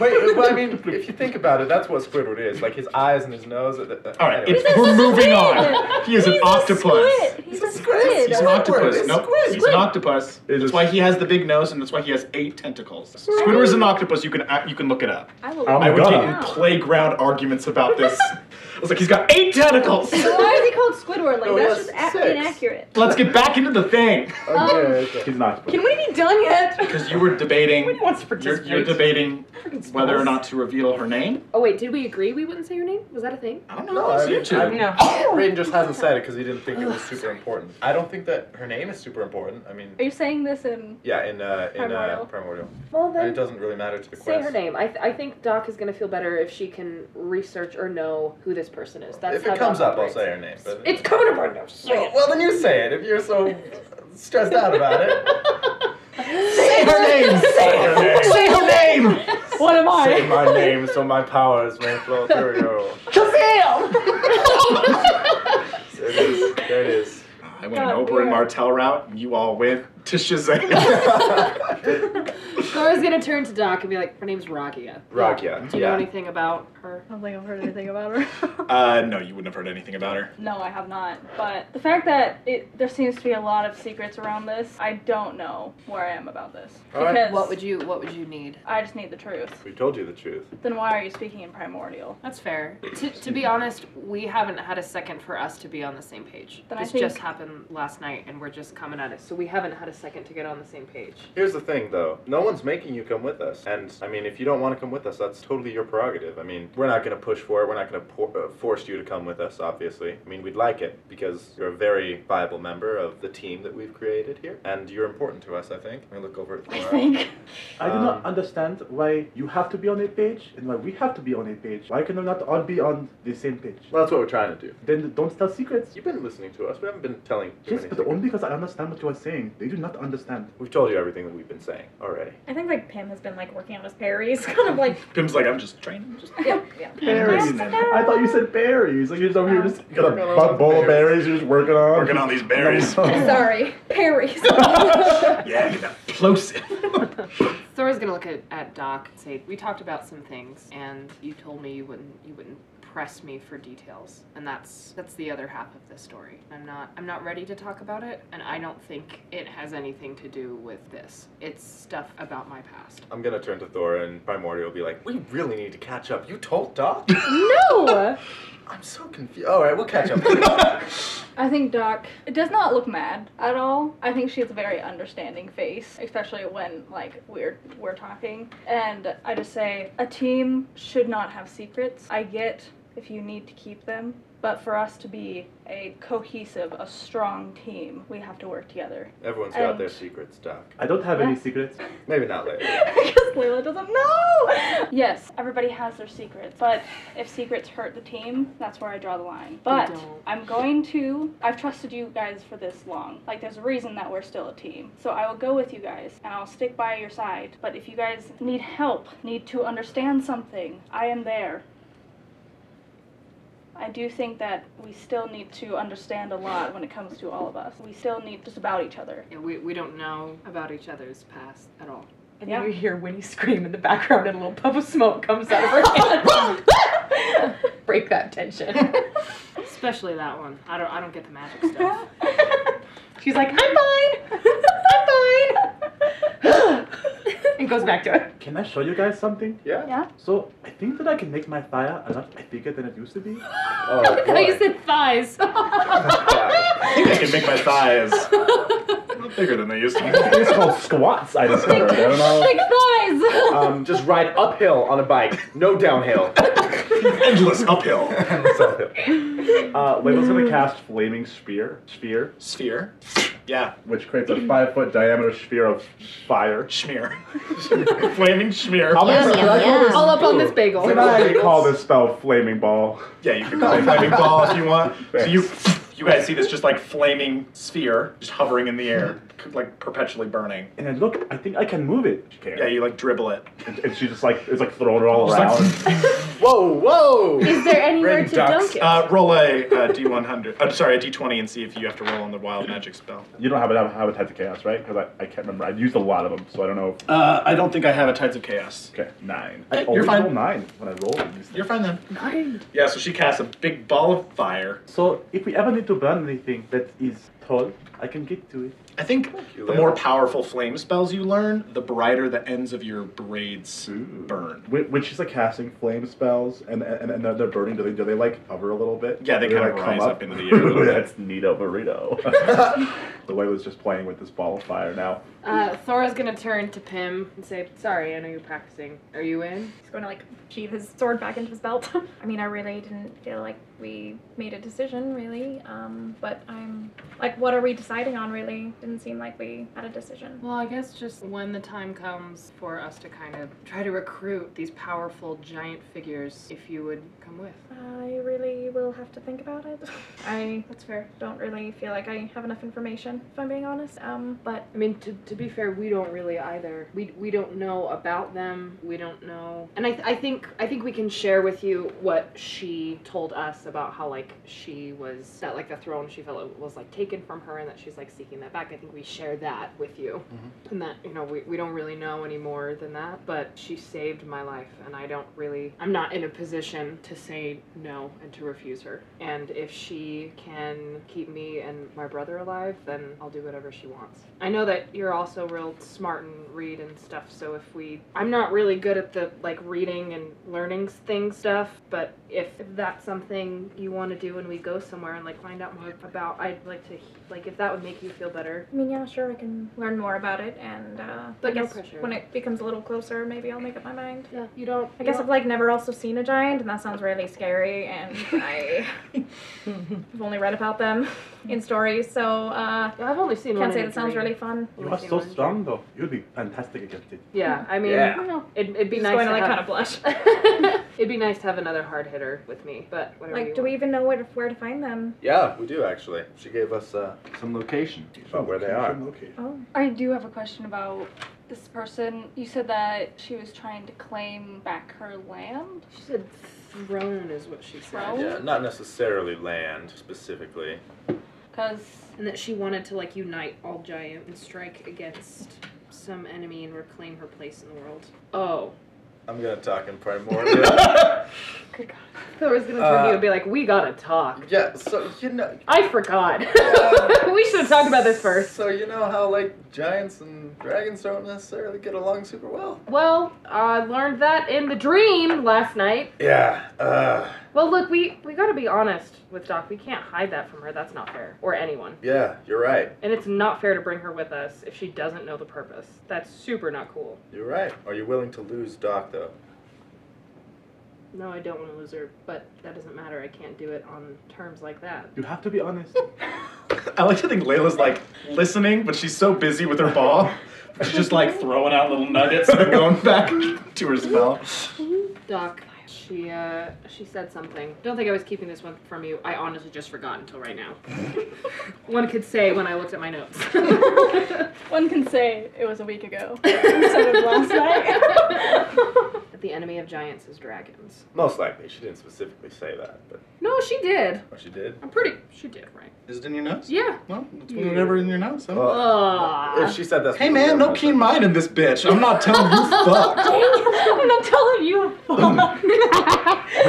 Speaker 6: Wait, uh, well, I mean, if you think about it, that's what Squidward is. Like his eyes and his nose. uh, All
Speaker 2: right, it's- He's a we're moving squid. on. He is an He's a octopus. squid.
Speaker 9: He's a squid.
Speaker 2: He's an octopus. No, he's an octopus.
Speaker 6: is-
Speaker 2: That's why he has the big nose, and that's why he has eight tentacles. Squidward's an octopus. You can uh, you can look it up.
Speaker 9: I
Speaker 4: Oh
Speaker 9: will.
Speaker 2: I would get in playground arguments about this. I was like, he's got eight tentacles.
Speaker 9: So why is he called Squidward? Like
Speaker 6: No, he
Speaker 9: that's
Speaker 6: has
Speaker 9: just a-
Speaker 6: six.
Speaker 9: inaccurate.
Speaker 2: Let's get back into the thing.
Speaker 9: Um,
Speaker 2: He's not.
Speaker 10: Can we be done yet?
Speaker 2: Because you were debating.
Speaker 10: wants to
Speaker 2: You're,
Speaker 10: participate.
Speaker 2: you're debating whether or not to reveal her name.
Speaker 3: Oh wait, did we agree we wouldn't say your name? Was that a thing?
Speaker 2: I don't
Speaker 6: No, I mean, I mean, [coughs] Raiden just hasn't said it because he didn't think it
Speaker 9: Ugh,
Speaker 6: was super important. I don't think that her name is super important. I mean,
Speaker 9: Are you saying this in?
Speaker 6: yeah, in uh, in
Speaker 9: Primordial.
Speaker 6: uh, primordial,
Speaker 12: Well,
Speaker 6: And it
Speaker 12: then
Speaker 6: doesn't really matter to the
Speaker 12: say
Speaker 6: quest.
Speaker 12: her name. I, th- I think Doc is gonna feel better if she can research or know who this person is. That's
Speaker 6: if
Speaker 12: how
Speaker 6: it comes
Speaker 12: Doc
Speaker 6: up, I'll
Speaker 12: operates.
Speaker 6: say her name. But
Speaker 12: It's coming up right now.
Speaker 6: [laughs] well, well, then you say it if you're so stressed out about
Speaker 12: [laughs]
Speaker 6: it.
Speaker 2: Say her name.
Speaker 6: Say her name.
Speaker 2: Say her name.
Speaker 10: What am I?
Speaker 6: [laughs] Say my
Speaker 12: [laughs]
Speaker 6: name so my powers may flow through you.
Speaker 3: [laughs]
Speaker 6: There it is. There it [laughs] is.
Speaker 2: I went an Oberyn Martell route, and you all went to Shazam. [laughs]
Speaker 3: Laura's gonna turn to Doc and be like, her name's Ragia.
Speaker 2: Ragia,
Speaker 3: Do you
Speaker 2: yeah.
Speaker 3: know anything about her?
Speaker 9: I don't think I've heard anything about her.
Speaker 2: uh, no, you wouldn't have heard anything about her.
Speaker 9: [laughs] No, I have not. But the fact that it, there seems to be a lot of secrets around this, I don't know where I am about this.
Speaker 6: All right.
Speaker 9: Because
Speaker 3: What would you What would you need?
Speaker 9: I just need the truth.
Speaker 6: We told you the truth.
Speaker 9: Then why are you speaking in primordial?
Speaker 3: That's fair. To, to be honest, we haven't had a second for us to be on the same page.
Speaker 9: Then I
Speaker 3: this
Speaker 9: think-
Speaker 3: just happened last night, and we're just coming at it. So we haven't had a second to get on the same page.
Speaker 6: Here's the thing, though. No one's making you come with us. And, I mean, if you don't want to come with us, that's totally your prerogative. I mean, we're not going to push for it. We're not going to por- uh, force you to come with us, obviously. I mean, we'd like it because you're a very viable member of the team that we've created here. And you're important to us, I think. I'm going to look over at Laura.
Speaker 8: I do not understand why you have to be on a page and why we have to be on a page. Why can we not all be on the same page?
Speaker 6: Well, that's what we're trying to do.
Speaker 8: Then don't tell secrets.
Speaker 6: You've been listening to us. We haven't been telling you
Speaker 8: Yes,
Speaker 6: anything.
Speaker 8: but only because I understand what you are saying. They do not understand.
Speaker 6: We've told you everything that we've been saying already.
Speaker 4: I think like Pim has been like working on his
Speaker 9: [laughs]
Speaker 4: parries, kind of like
Speaker 2: Pim's like, I'm just training. Just
Speaker 4: yeah, yeah.
Speaker 8: Berries. I thought you said berries. Like you're just over here just you got
Speaker 6: Working
Speaker 8: a
Speaker 6: on
Speaker 8: bu- bowl of berries. You're just working on.
Speaker 2: Working on these berries. [laughs]
Speaker 4: Sorry, parries.
Speaker 2: yeah, get that plosive.
Speaker 3: Thora's gonna look at, at Doc and say, "We talked about some things, and you told me you wouldn't you wouldn't press me for details, and that's that's the other half of this story. I'm not I'm not ready to talk about it, and I don't think it has anything to do with this. It's stuff about my past.
Speaker 6: I'm going to turn to Thor and Primordial will be like, we really need to catch up. You told
Speaker 8: [laughs]
Speaker 6: Doc?
Speaker 9: No!
Speaker 6: I'm so confused. All right, we'll catch
Speaker 8: [laughs]
Speaker 6: up.
Speaker 9: I think Doc it does not look mad at all. I think she has a very understanding face, especially when like we're we're talking. And I just say a team should not have secrets. I get if you need to keep them, but for us to be a cohesive, a strong team, we have to work together.
Speaker 6: Everyone's got
Speaker 9: And-
Speaker 6: their secrets, Doc.
Speaker 8: I don't have any secrets.
Speaker 6: Maybe not
Speaker 9: [laughs]
Speaker 6: later.
Speaker 9: Because Layla doesn't know. Yes, everybody has their secrets, but if secrets hurt the team, that's where I draw the line. But
Speaker 3: don't.
Speaker 9: I'm going to. I've trusted you guys for this long. Like, there's a reason that we're still a team. So I will go with you guys, and I'll stick by your side. But if you guys need help, need to understand something, I am there. I do think that we still need to understand a lot when it comes to all of us. We still need just about each other.
Speaker 3: And we we don't know about each other's past at all.
Speaker 11: And
Speaker 9: Yeah.
Speaker 11: then you hear Winnie scream in the background, and a little puff of smoke comes out of
Speaker 10: [laughs]
Speaker 11: her hand. Break that tension.
Speaker 3: Especially that one. I don't I don't get
Speaker 11: [laughs]
Speaker 3: the magic stuff.
Speaker 11: She's like, I'm fine. I'm fine. and goes back to it.
Speaker 8: Can I show you guys something?
Speaker 6: Yeah.
Speaker 9: Yeah.
Speaker 8: So I think that I can make my fire a lot bigger than it used to be.
Speaker 6: Oh,
Speaker 3: [laughs] I thought you said
Speaker 6: [laughs]
Speaker 3: thighs.
Speaker 2: I think I can make my [laughs] thighs bigger than they used to be.
Speaker 8: it's called squats. I discovered. I don't
Speaker 9: thighs!
Speaker 8: know.
Speaker 6: Um, just ride uphill on a bike, no
Speaker 8: [laughs]
Speaker 6: downhill.
Speaker 2: Endless uphill.
Speaker 6: Endless uphill.
Speaker 8: Uh, Layla's gonna cast flaming spear. Sphere.
Speaker 2: Sphere. Yeah.
Speaker 8: Which creates a five foot diameter sphere of fire.
Speaker 2: Schmear. [laughs] Flaming schmear.
Speaker 8: I'll make- can I call this-
Speaker 3: All up on this
Speaker 11: [laughs]
Speaker 3: bagel.
Speaker 8: Can I call this spell flaming ball?
Speaker 2: Yeah, you can call it flaming ball if you want. So you You guys see this just like flaming sphere just hovering in the air, c- like perpetually burning.
Speaker 8: And then look, I think I can move it. She can't.
Speaker 2: Yeah, you like dribble it.
Speaker 8: And, and she just like is like throwing it all
Speaker 2: Just like-
Speaker 8: around. [laughs]
Speaker 2: Whoa, whoa!
Speaker 10: Is there anywhere
Speaker 2: Ring
Speaker 10: to
Speaker 2: ducks.
Speaker 10: dunk it?
Speaker 2: Uh, roll a uh, D100. I'm sorry, a D20 and see if you have to roll on the wild magic spell.
Speaker 8: you don't have a have a type of chaos, right? Because I, I can't remember. I've used a lot of them, so I don't know. If,
Speaker 2: Uh, I don't think I have a Tides of Chaos.
Speaker 8: okay, nine.
Speaker 2: Hey,
Speaker 8: I
Speaker 2: you're
Speaker 8: always
Speaker 2: fine.
Speaker 8: roll nine when I roll. in these things.
Speaker 2: You're fine then. Yeah, so she casts a big ball of fire.
Speaker 8: So if we ever need to burn anything that is tall, I can get to it.
Speaker 2: I think the more powerful flame spells you learn, the brighter the ends of your braids burn.
Speaker 8: When, when she's like casting flame spells and and, and they're, they're burning, do they do they like hover a little bit?
Speaker 2: Yeah, they
Speaker 8: Do
Speaker 2: kind
Speaker 8: like,
Speaker 2: of
Speaker 8: come
Speaker 2: rise up
Speaker 8: [laughs]
Speaker 2: into the air a little bit.
Speaker 8: That's neato burrito. [laughs] the way was just playing with this ball of fire now.
Speaker 13: Uh, Thora's gonna turn to Pim and say, "Sorry, I know you're practicing. Are you in?"
Speaker 4: He's going to like sheath his sword back into his belt. [laughs] I mean, I really didn't feel like we made a decision, really. Um, but I'm like, what are we deciding on, really? Didn't seem like we had a decision.
Speaker 13: Well, I guess just when the time comes for us to kind of try to recruit these powerful giant figures, if you would come with.
Speaker 4: I really will have to think about it. [laughs] I that's fair. Don't really feel like I have enough information, if I'm being honest. Um, but
Speaker 13: I mean, to, to be fair, we don't really either. We, we don't know about them. We don't know.
Speaker 3: And I, th- I think I think we can share with you what she told us about how like she was that like the throne she felt it was like taken from her and that she's like seeking that back. I think we share that with you, and that you know we, we don't really know any more than that. But she saved my life, and I don't really I'm not in a position to say no and to refuse her. And if she can keep me and my brother alive, then I'll do whatever she wants. I know that you're also real smart and read and stuff, so if we I'm not really good at the like reading and learning things stuff, but if, if that's something you want to do when we go somewhere and like find out more about, I'd like to he- like if that would make you feel better.
Speaker 4: I mean, yeah, sure, I can learn more about it, and uh,
Speaker 3: But
Speaker 4: I
Speaker 3: no
Speaker 4: guess
Speaker 3: pressure.
Speaker 4: when it becomes a little closer, maybe I'll make up my mind.
Speaker 3: Yeah, you don't.
Speaker 4: I
Speaker 3: you
Speaker 4: guess
Speaker 3: don't-
Speaker 4: I've like never also seen a giant, and that sounds really scary. And I, I've only read about them in stories, so uh,
Speaker 3: I've only seen. one
Speaker 4: can't
Speaker 3: in
Speaker 4: say
Speaker 3: a
Speaker 4: that sounds
Speaker 3: dream.
Speaker 4: really fun.
Speaker 8: You are so strong though. You'd be fantastic against it.
Speaker 3: Yeah, I mean,
Speaker 8: Yeah.
Speaker 3: I don't know. It, it'd be
Speaker 4: Just
Speaker 3: nice
Speaker 4: going
Speaker 3: to
Speaker 4: to, like,
Speaker 3: have,
Speaker 4: kinda blush.
Speaker 3: [laughs] it'd be nice to have another hard hitter with me, but whatever.
Speaker 4: Like,
Speaker 3: you
Speaker 4: do we even know where to, where to find them?
Speaker 6: Yeah, we do actually. She gave us uh, some location about where they are.
Speaker 4: Oh.
Speaker 9: I do have a question about this person. You said that she was trying to claim back her land.
Speaker 3: She said throne is what she
Speaker 9: Throne?
Speaker 6: Yeah, not necessarily land specifically.
Speaker 9: Because
Speaker 3: and that she wanted to like unite all giant and strike against some enemy and reclaim her place in the world. Oh,
Speaker 6: I'm gonna talk in primordial. [laughs]
Speaker 3: Thor's gonna
Speaker 8: Uh,
Speaker 3: turn to you and be like, "We gotta talk."
Speaker 6: Yeah, so you [laughs] know,
Speaker 3: I forgot. [laughs] we should have talked about this first.
Speaker 6: So you know how like giants and dragons don't necessarily get along super well.
Speaker 3: Well, I learned that in the dream last night.
Speaker 6: Yeah. Uh,
Speaker 3: Well, look, we we gotta be honest with Doc. We can't hide that from her. That's not fair, or anyone.
Speaker 6: yeah, you're right.
Speaker 3: And it's not fair to bring her with us if she doesn't know the purpose. That's super not cool.
Speaker 6: You're right. Are you willing to lose Doc though?
Speaker 3: No, I don't want to lose her, but that doesn't matter. I can't do it on terms like that.
Speaker 8: You have to be [laughs] honest.
Speaker 2: I like to think Layla's like listening, but she's so busy with her ball. She's just like throwing out little nuggets [laughs] and going back to her spell.
Speaker 3: Doc, she uh she said something. Don't think I was keeping this one from you. I honestly just forgot until right [laughs] now. one could say when I looked at my [laughs] notes.
Speaker 9: one can say it was a week [laughs] ago instead of last night.
Speaker 3: that [laughs] the enemy of giants is dragons.
Speaker 6: Most likely, she didn't specifically say that, but
Speaker 3: No, she did.
Speaker 6: oh, she did.
Speaker 3: I'm pretty she did, right?
Speaker 2: Is it in your notes?
Speaker 3: Yeah.
Speaker 2: Well, it's whatever in your notes. huh?
Speaker 6: Oh.
Speaker 14: [laughs]
Speaker 3: Ugh.
Speaker 6: If she said that,
Speaker 2: Hey man, no keen mind in this bitch. I'm not telling
Speaker 3: [laughs]
Speaker 2: you fuck.
Speaker 3: I'm not telling you.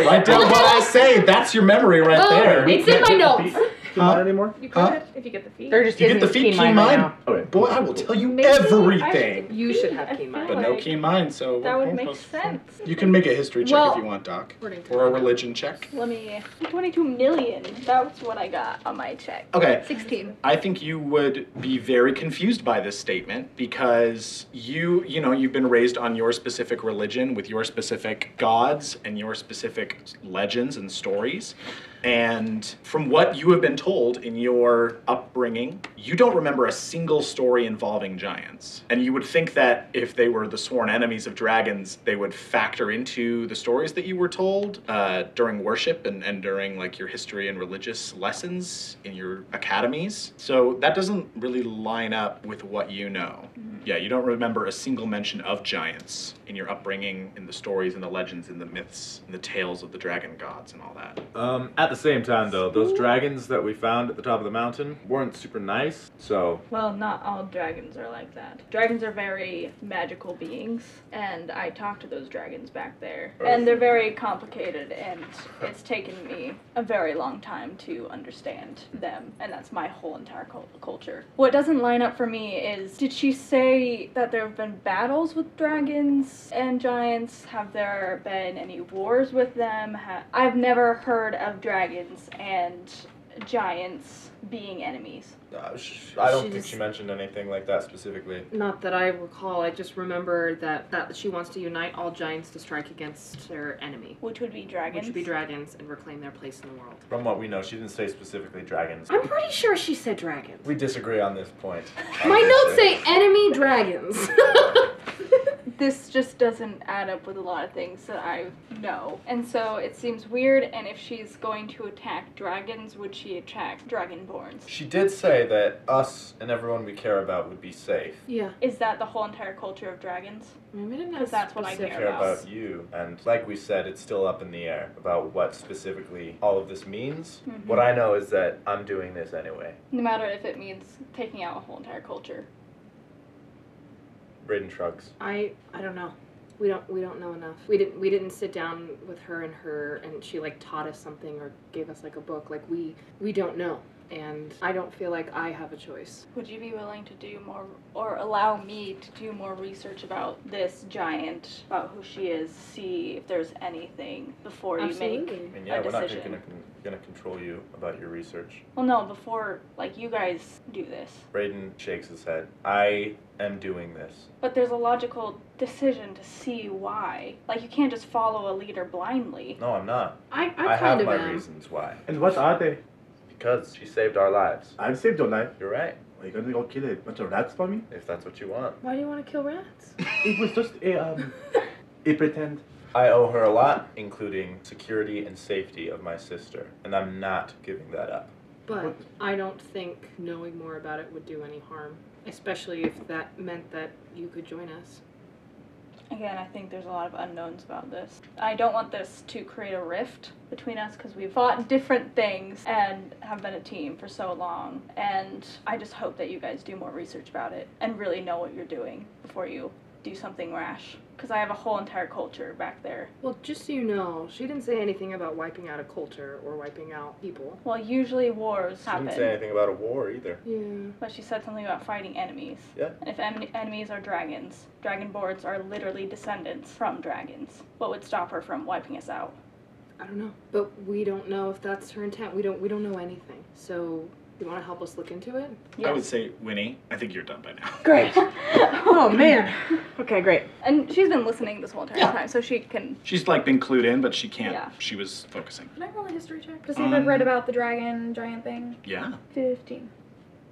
Speaker 2: Write down what I say. That's your memory right
Speaker 3: Oh,
Speaker 2: there.
Speaker 3: it's in my notes.
Speaker 8: Keen mind anymore?
Speaker 4: You
Speaker 2: Huh?
Speaker 4: could if you get the feet.
Speaker 13: They're just
Speaker 2: You get the feet keen mind.
Speaker 8: Okay.
Speaker 2: Boy, I will tell you everything.
Speaker 3: You should have keen mind.
Speaker 2: But no keen mind, so
Speaker 9: That would
Speaker 2: we're
Speaker 9: make
Speaker 2: almost-
Speaker 9: sense.
Speaker 2: You can make a history check
Speaker 9: Well-
Speaker 2: if you want, Doc,
Speaker 9: We're gonna do
Speaker 2: or a religion check.
Speaker 9: Let me. 22 million. That's what I got on my check.
Speaker 2: Okay.
Speaker 9: 16.
Speaker 2: I think you would be very confused by this statement because you, you know, you've been raised on your specific religion with your specific gods and your specific legends and stories. And from what you have been told in your upbringing you don't remember a single story involving giants. And you would think that if they were the sworn enemies of dragons, they would factor into the stories that you were told uh, during worship and, and during like your history and religious lessons in your academies. So that doesn't really line up with what you know. Yeah, you don't remember a single mention of giants in your upbringing, in the stories and the legends and the myths and the tales of the dragon gods and all that.
Speaker 6: Um, at the same time, though, those dragons that we found at the top of the mountain weren't super nice, so
Speaker 9: Well, not all dragons are like that. Dragons are very magical beings, and I talked to those dragons back there.
Speaker 14: Oh,
Speaker 9: And they're very complicated, and it's taken me a very long time to understand them, and that's my whole entire cul- culture. What doesn't line up for me is did she say that there have been battles with dragons and giants? Have there been any wars with them? Ha- I've never heard of dragons and giants being enemies.
Speaker 6: uh, sh- I don't
Speaker 9: She
Speaker 6: think she mentioned anything like that specifically.
Speaker 14: Not that I recall. I just remember that that she wants to unite all giants to strike against their enemy,
Speaker 9: which would be dragons.
Speaker 14: Which would be dragons and reclaim their place in the world.
Speaker 6: From what we know, she didn't say specifically dragons.
Speaker 14: I'm pretty sure she said dragons.
Speaker 6: We disagree on this
Speaker 9: [laughs]
Speaker 6: point.
Speaker 12: My notes say
Speaker 6: obviously.
Speaker 12: enemy
Speaker 14: [laughs]
Speaker 12: dragons.
Speaker 9: this just doesn't add up with a lot of things that I know. And so it seems weird, and if she's going to attack dragons, would she attack dragonborns?
Speaker 6: She did say that us and everyone we care about would be safe.
Speaker 9: Yeah. Is that the whole entire culture of dragons? Because that's what I
Speaker 6: We
Speaker 9: care
Speaker 6: care
Speaker 9: about.
Speaker 6: about you, and like we said, it's still up in the air about what specifically all of this means.
Speaker 9: Mhm.
Speaker 6: What I know is that I'm doing this anyway.
Speaker 9: No matter if it means taking out a whole entire culture.
Speaker 6: Braden shrugs.
Speaker 15: I I don't know. We don't we don't know enough. We didn't we didn't sit down with her and her and she like taught us something or gave us like a book. Like we we don't know. And I don't feel like I have a choice.
Speaker 9: Would you be willing to do more or allow me to do more research about this giant, about who she is, see if there's anything before you
Speaker 15: Absolutely.
Speaker 9: make
Speaker 6: And yeah,
Speaker 9: a
Speaker 6: we're not
Speaker 9: decision?
Speaker 6: gonna, gonna control you about your research.
Speaker 9: Well, no, before like you guys do this.
Speaker 6: Braden shakes his head. I am doing this.
Speaker 9: But there's a logical decision to see why. Like you can't just follow a leader blindly.
Speaker 6: No, I'm not.
Speaker 9: I- I
Speaker 6: have
Speaker 9: kind of
Speaker 6: my
Speaker 9: am.
Speaker 6: reasons why.
Speaker 8: And what are they?
Speaker 6: Because she saved our lives.
Speaker 8: I've saved your life.
Speaker 6: You're right.
Speaker 8: Are you gonna go kill a bunch of rats for me?
Speaker 6: If that's what you want.
Speaker 15: Why do you want to kill rats?
Speaker 8: It was just a [laughs] um, a pretend.
Speaker 6: I owe her a lot, including security and safety of my sister, and I'm not giving that up.
Speaker 15: But I don't think knowing more about it would do any harm, especially if that meant that you could join us.
Speaker 9: Again, I think there's a lot of unknowns about this. I don't want this to create a rift between us because we've fought different things and have been a team for so long. And I just hope that you guys do more research about it and really know what you're doing before you do something rash. Because I have a whole entire culture back there.
Speaker 15: Well, just so you know, she didn't say anything about wiping out a culture or wiping out people.
Speaker 9: Well, usually wars
Speaker 6: She
Speaker 9: happen.
Speaker 6: didn't say anything about a war either.
Speaker 15: Yeah.
Speaker 9: But she said something about fighting enemies.
Speaker 6: Yeah.
Speaker 9: And if en- enemies are dragons, dragon boards are literally descendants from dragons. What would stop her from wiping us out?
Speaker 15: I don't know, but we don't know if that's her intent. We don't. We don't know anything. So, you want to help us look into it?
Speaker 2: I would say, Winnie, I think you're done by now.
Speaker 10: Great. oh man. [laughs] Okay, great.
Speaker 9: And she's been listening this whole entire time, so she can.
Speaker 2: She's like been clued in, but she can't.
Speaker 4: Yeah.
Speaker 2: She was focusing.
Speaker 4: Can I roll a history check to
Speaker 2: see
Speaker 4: see
Speaker 2: if I've
Speaker 4: if
Speaker 2: Um,
Speaker 4: I've
Speaker 2: read
Speaker 4: read about the dragon giant thing?
Speaker 2: Yeah.
Speaker 4: Fifteen.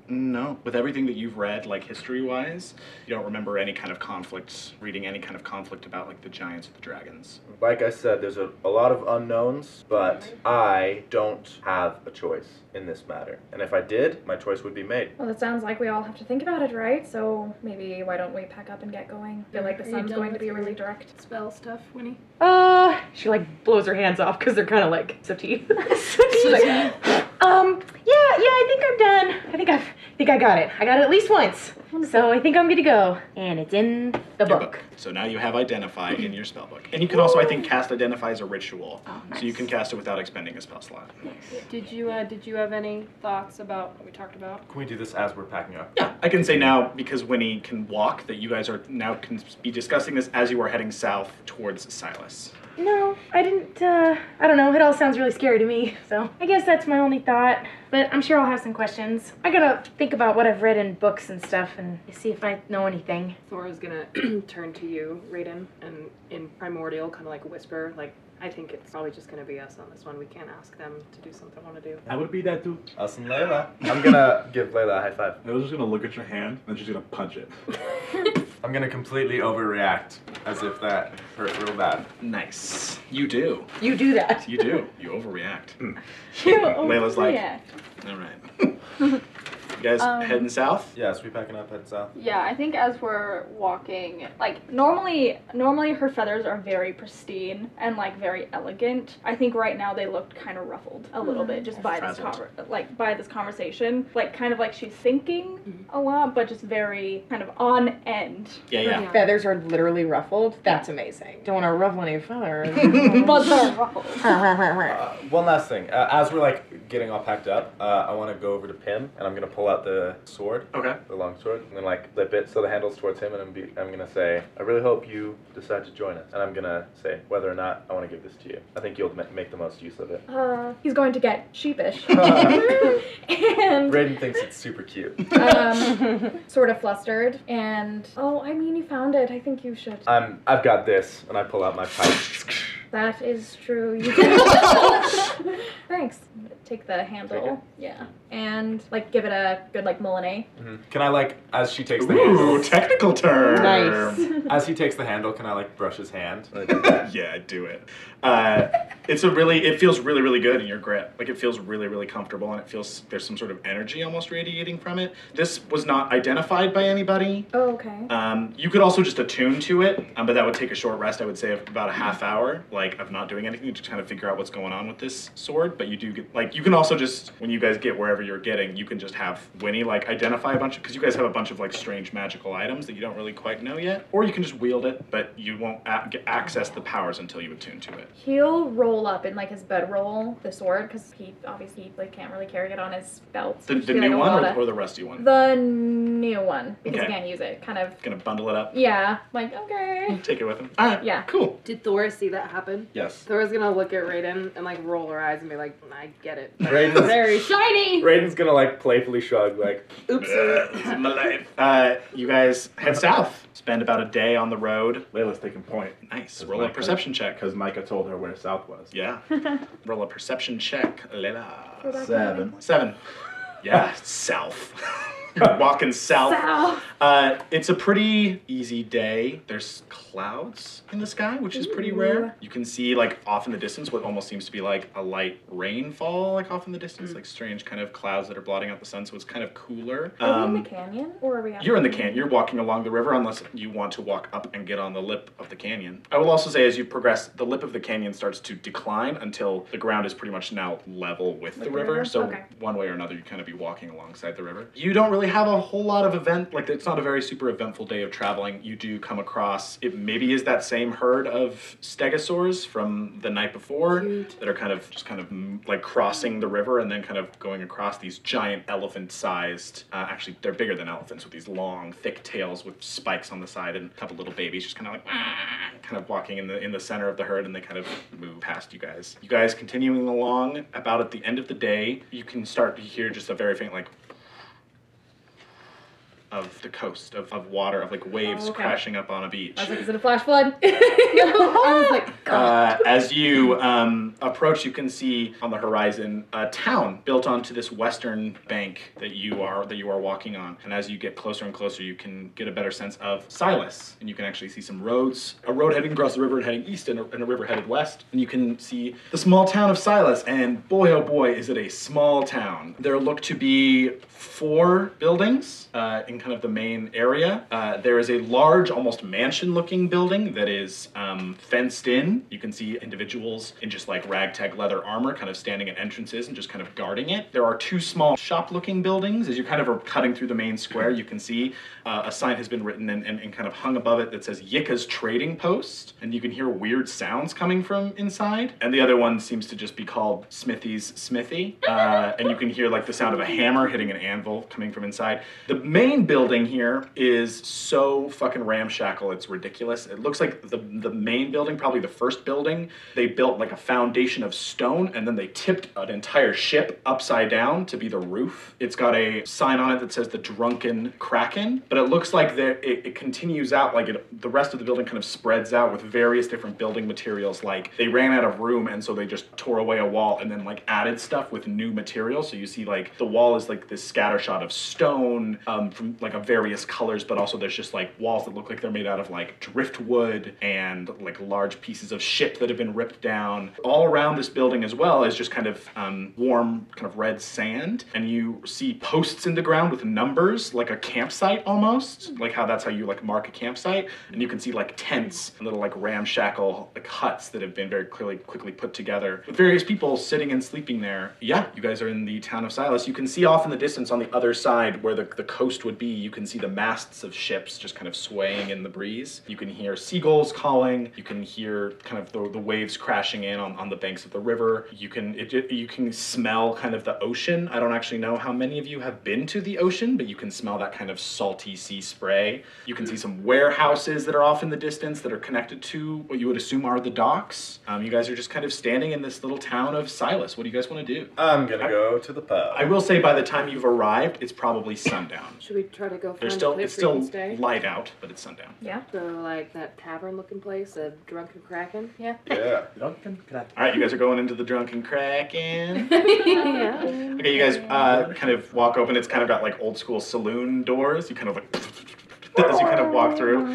Speaker 2: No. With everything that you've read, like history wise, you don't remember any kind of conflicts, reading any kind of conflict about like the giants or the dragons.
Speaker 6: Like I said, there's a, a lot of unknowns, but I don't have a choice in this matter. And if I did, my choice would be made.
Speaker 4: Well, it sounds like we all have to think about it, right? So maybe why don't we pack up and get going? I feel like the
Speaker 15: Are you
Speaker 4: sun's
Speaker 15: done
Speaker 4: going to
Speaker 15: with
Speaker 4: be
Speaker 15: your
Speaker 3: [laughs]
Speaker 4: really direct.
Speaker 15: Spell stuff, Winnie.
Speaker 10: Uh, she like blows her hands off because they're kind of like sooty. [laughs] She's like, um, yeah, yeah, I think I'm done. I think I've, I think I got it. I got it at least once. So I think I'm good to go. And it's in the
Speaker 2: Your
Speaker 10: book.
Speaker 2: So now you have identify in your spellbook, and you can also, I think, cast identify as a ritual.
Speaker 10: Oh,
Speaker 2: So you can cast it without expending a spell slot.
Speaker 14: Did you uh, did you have any thoughts about what we talked about?
Speaker 6: Can we do this as we're packing up?
Speaker 2: I can say now because Winnie can walk that you guys are now can be discussing this as you are heading south towards Silas.
Speaker 10: No, I didn't. Uh, I don't know. It all sounds really scary to me. So I guess that's my only thought. But I'm sure I'll have some questions. I gotta think about what I've read in books and stuff and see if I know anything.
Speaker 3: [clears throat]
Speaker 15: Thora's gonna turn to you, Raiden, and in primordial, kind of like whisper, like,
Speaker 16: I think it's probably just going to be us on this one. We can't ask them to do something they want to do.
Speaker 2: I would be that too.
Speaker 6: Us and Layla. I'm gonna [laughs] give Layla a high five.
Speaker 2: I was just gonna look at your hand, and then she's gonna punch it.
Speaker 6: I'm gonna completely overreact as if that hurt real bad.
Speaker 8: Nice. You do.
Speaker 10: You do that.
Speaker 8: You do. You overreact.
Speaker 10: You
Speaker 8: Layla's like,
Speaker 9: Yeah.
Speaker 8: all right.
Speaker 10: [laughs]
Speaker 8: You guys
Speaker 9: Um,
Speaker 8: heading south?
Speaker 6: Yes, we packing up, uh, head south.
Speaker 9: Yeah, I think as we're walking, like normally, normally her feathers are very pristine and like very elegant. I think right now they looked kind of ruffled a little bit just by this
Speaker 17: Frazzled.
Speaker 9: conver- like by this conversation, like kind of like she's thinking a lot, but just very kind of on end.
Speaker 10: Her feathers are literally ruffled. That's amazing. Don't want to ruffle any [laughs] feathers.
Speaker 9: But they're ruffled.
Speaker 6: Uh, one last thing. Uh, as we're like getting all packed up, uh, I want to go over to Pim and I'm gonna pull out the sword.
Speaker 8: Okay.
Speaker 6: The long sword. I'm gonna like flip it so the handle's towards him, and I'm, be- I'm gonna say, I really hope you decide to join us. And I'm gonna say whether or not I want to give this to you. I think you'll ma- make the most use of it.
Speaker 4: Uh, he's going to get sheepish. [laughs] and
Speaker 6: Raiden thinks it's super cute.
Speaker 4: [laughs] um, sort of flustered. And oh, I mean, you found it. I think you should.
Speaker 6: I'm. I've got this, and I pull out my pipe.
Speaker 4: That is true. You [laughs] Thanks. Take the
Speaker 6: Take it?
Speaker 4: handle. Yeah. And like give it a good like Molinet.
Speaker 6: Mhm. Can I like, as she takes the
Speaker 8: Ooh,
Speaker 6: handle?
Speaker 8: technical term.
Speaker 6: As he takes the handle, can I like brush his hand?
Speaker 8: [laughs] yeah, do it. Uh, it's a really, it feels really, really good in your grip. Like it feels really, really comfortable, and it feels there's some sort of energy almost radiating from it. This was not identified by anybody.
Speaker 4: Oh, okay.
Speaker 8: Um, you could also just attune to it, um, but that would take a short rest. I would say of about a half
Speaker 2: Mm-hmm.
Speaker 8: hour, like of not doing anything to kind of figure out what's going on with this sword. But you do get like you can also just when you guys get wherever you're getting, you can just have Winnie like identify a bunch of because you guys have a bunch of like strange magical items that you don't really quite know yet, or you can just wield it, but you won't a- get access the powers until you attune to it.
Speaker 4: He'll roll up in like his bedroll the sword because he obviously he, like can't really carry it on his belt.
Speaker 8: The, the
Speaker 4: Be like
Speaker 8: new
Speaker 4: a
Speaker 8: one or,
Speaker 4: lotta-
Speaker 8: or the rusty one?
Speaker 4: The new one because
Speaker 8: Okay.
Speaker 4: he can't use it. Kind of.
Speaker 8: Gonna bundle it up.
Speaker 4: Yeah. Like okay.
Speaker 8: Take it with him. All right.
Speaker 4: Yeah.
Speaker 8: Cool.
Speaker 3: Did Thora see that happen?
Speaker 8: Yes. [laughs]
Speaker 3: Thora's gonna look at Raiden and like roll her eyes and be like, I get it.
Speaker 6: Raiden's-
Speaker 3: Very shiny.
Speaker 6: Raiden's gonna like playfully shrug, like,
Speaker 3: Oops.
Speaker 8: It's my life. Uh, you guys head south. Spend about a day on the road.
Speaker 2: Layla's taking point.
Speaker 8: Nice. Roll a perception check.
Speaker 2: Because Micah told her where south was.
Speaker 8: Yeah. Roll a perception check. Layla.
Speaker 2: Roll back Seven. one.
Speaker 8: [laughs] Seven. Yeah, south. [laughs] You're walking south.
Speaker 2: South.
Speaker 8: Uh, it's a pretty easy day. There's clouds in the sky, which is pretty rare. You can see, like, off in the distance, what almost seems to be like a light rainfall, like off in the
Speaker 2: Mm.
Speaker 8: distance, like strange kind of clouds that are blotting out the sun. So it's kind of cooler.
Speaker 4: Are we in
Speaker 8: Um,
Speaker 4: the canyon or are we? out
Speaker 8: You're in the canyon. You're walking along the river unless you want to walk up and get on the lip of the canyon. I will also say, as you progress, the lip of the canyon starts to decline until the ground is pretty much now level with the
Speaker 2: the
Speaker 8: river.
Speaker 2: river?
Speaker 8: So,
Speaker 2: Okay.
Speaker 8: one way or another, you kind of be walking alongside the river. You don't really have a whole lot of event, like, it's not a very super eventful day of traveling. You do come across, it maybe is that same herd of stegosaurs from the night before that are kind of just kind of mm, like crossing the river and then kind of going across these giant elephant sized, uh, actually, they're bigger than elephants with these long, thick tails with spikes on the side and a couple little babies just kind of like, [clears throat] "Ah," kind of walking in the in the center of the herd and they kind of move past you guys. You guys continuing along, about at the end of the day, you can start to hear just a very faint like of the coast of, of water of like waves
Speaker 4: Oh, okay.
Speaker 8: crashing up on a beach
Speaker 4: I was like, is it a flash
Speaker 10: [laughs]
Speaker 4: flood? I was like,
Speaker 8: uh, as you um, approach, you can see on the horizon a town built onto this western bank that you are that you are walking on. And as you get closer and closer, you can get a better sense of Silas, and you can actually see some roads, a road heading across the river and heading east, and a, and a river headed west. And you can see the small town of Silas. And boy, oh boy, is it a small town. There look to be four buildings uh, in kind of the main area. Uh, there is a large, almost mansion-looking building that is um, fenced in. You can see individuals in just like ragtag leather armor, kind of standing at entrances and just kind of guarding it. There are two small shop-looking buildings. As you kind of are cutting through the main square, you can see uh, a sign has been written and, and, and kind of hung above it that says Yika's Trading Post, and you can hear weird sounds coming from inside. And the other one seems to just be called Smithy's Smithy, uh, and you can hear like the sound of a hammer hitting an anvil coming from inside. The main
Speaker 2: main building here is so fucking ramshackle, it's ridiculous. It looks like the the main building, probably the first building, they built like a foundation of stone and then they tipped an entire ship upside down to be the roof. It's got a sign on it that says the Drunken Kraken, but it looks like there it, it continues out like it, the rest of the building kind of spreads out with various different building materials. Like they ran out of room and so they just tore away a wall and then like added stuff with new material. So you see like the wall is like this scattershot of stone um, from like of various colors, but also there's just like walls that look like they're made out of like driftwood and like large pieces of ship that have been ripped down. All around this building as well is just kind of um, warm, kind of red sand, and you see posts in the ground with numbers, like a campsite almost, like how that's how you like mark a campsite, and you can see like tents and little like ramshackle like huts that have been very clearly quickly put together with various people sitting and sleeping there. Yeah, you guys are in the town of Silas. You can see off in the distance on the other side where the, the coast would be, you can see the masts of ships just kind of swaying in the breeze. You can hear seagulls calling. You can hear kind of the, the waves crashing in on, on the banks of the river. You can it, it- you can smell kind of the ocean. I don't actually know how many of you have been to the ocean, but you can smell that kind of salty sea spray. You can see some warehouses that are off in the distance that are connected to what you would assume are the docks. Um, you guys are just kind of standing in this little town of Silas. What do you guys want to do?
Speaker 6: I'm gonna go to the pub.
Speaker 2: I will say by the time you've arrived, it's probably sundown.
Speaker 15: Should we try to go find
Speaker 2: There's
Speaker 15: a
Speaker 2: still
Speaker 15: place
Speaker 2: it's
Speaker 15: we
Speaker 2: still
Speaker 15: can stay?
Speaker 2: light out, but it's sundown.
Speaker 15: Yeah. So like that tavern looking place, the drunken kraken.
Speaker 18: [laughs]
Speaker 12: Yeah.
Speaker 2: Yeah.
Speaker 8: Drunken Kraken.
Speaker 2: All right, you guys are going into the drunken kraken.
Speaker 12: yeah.
Speaker 2: Okay, you guys uh, kind of walk open. It's kind of got like old school saloon doors. You kind of like [laughs] as you kind of walk through.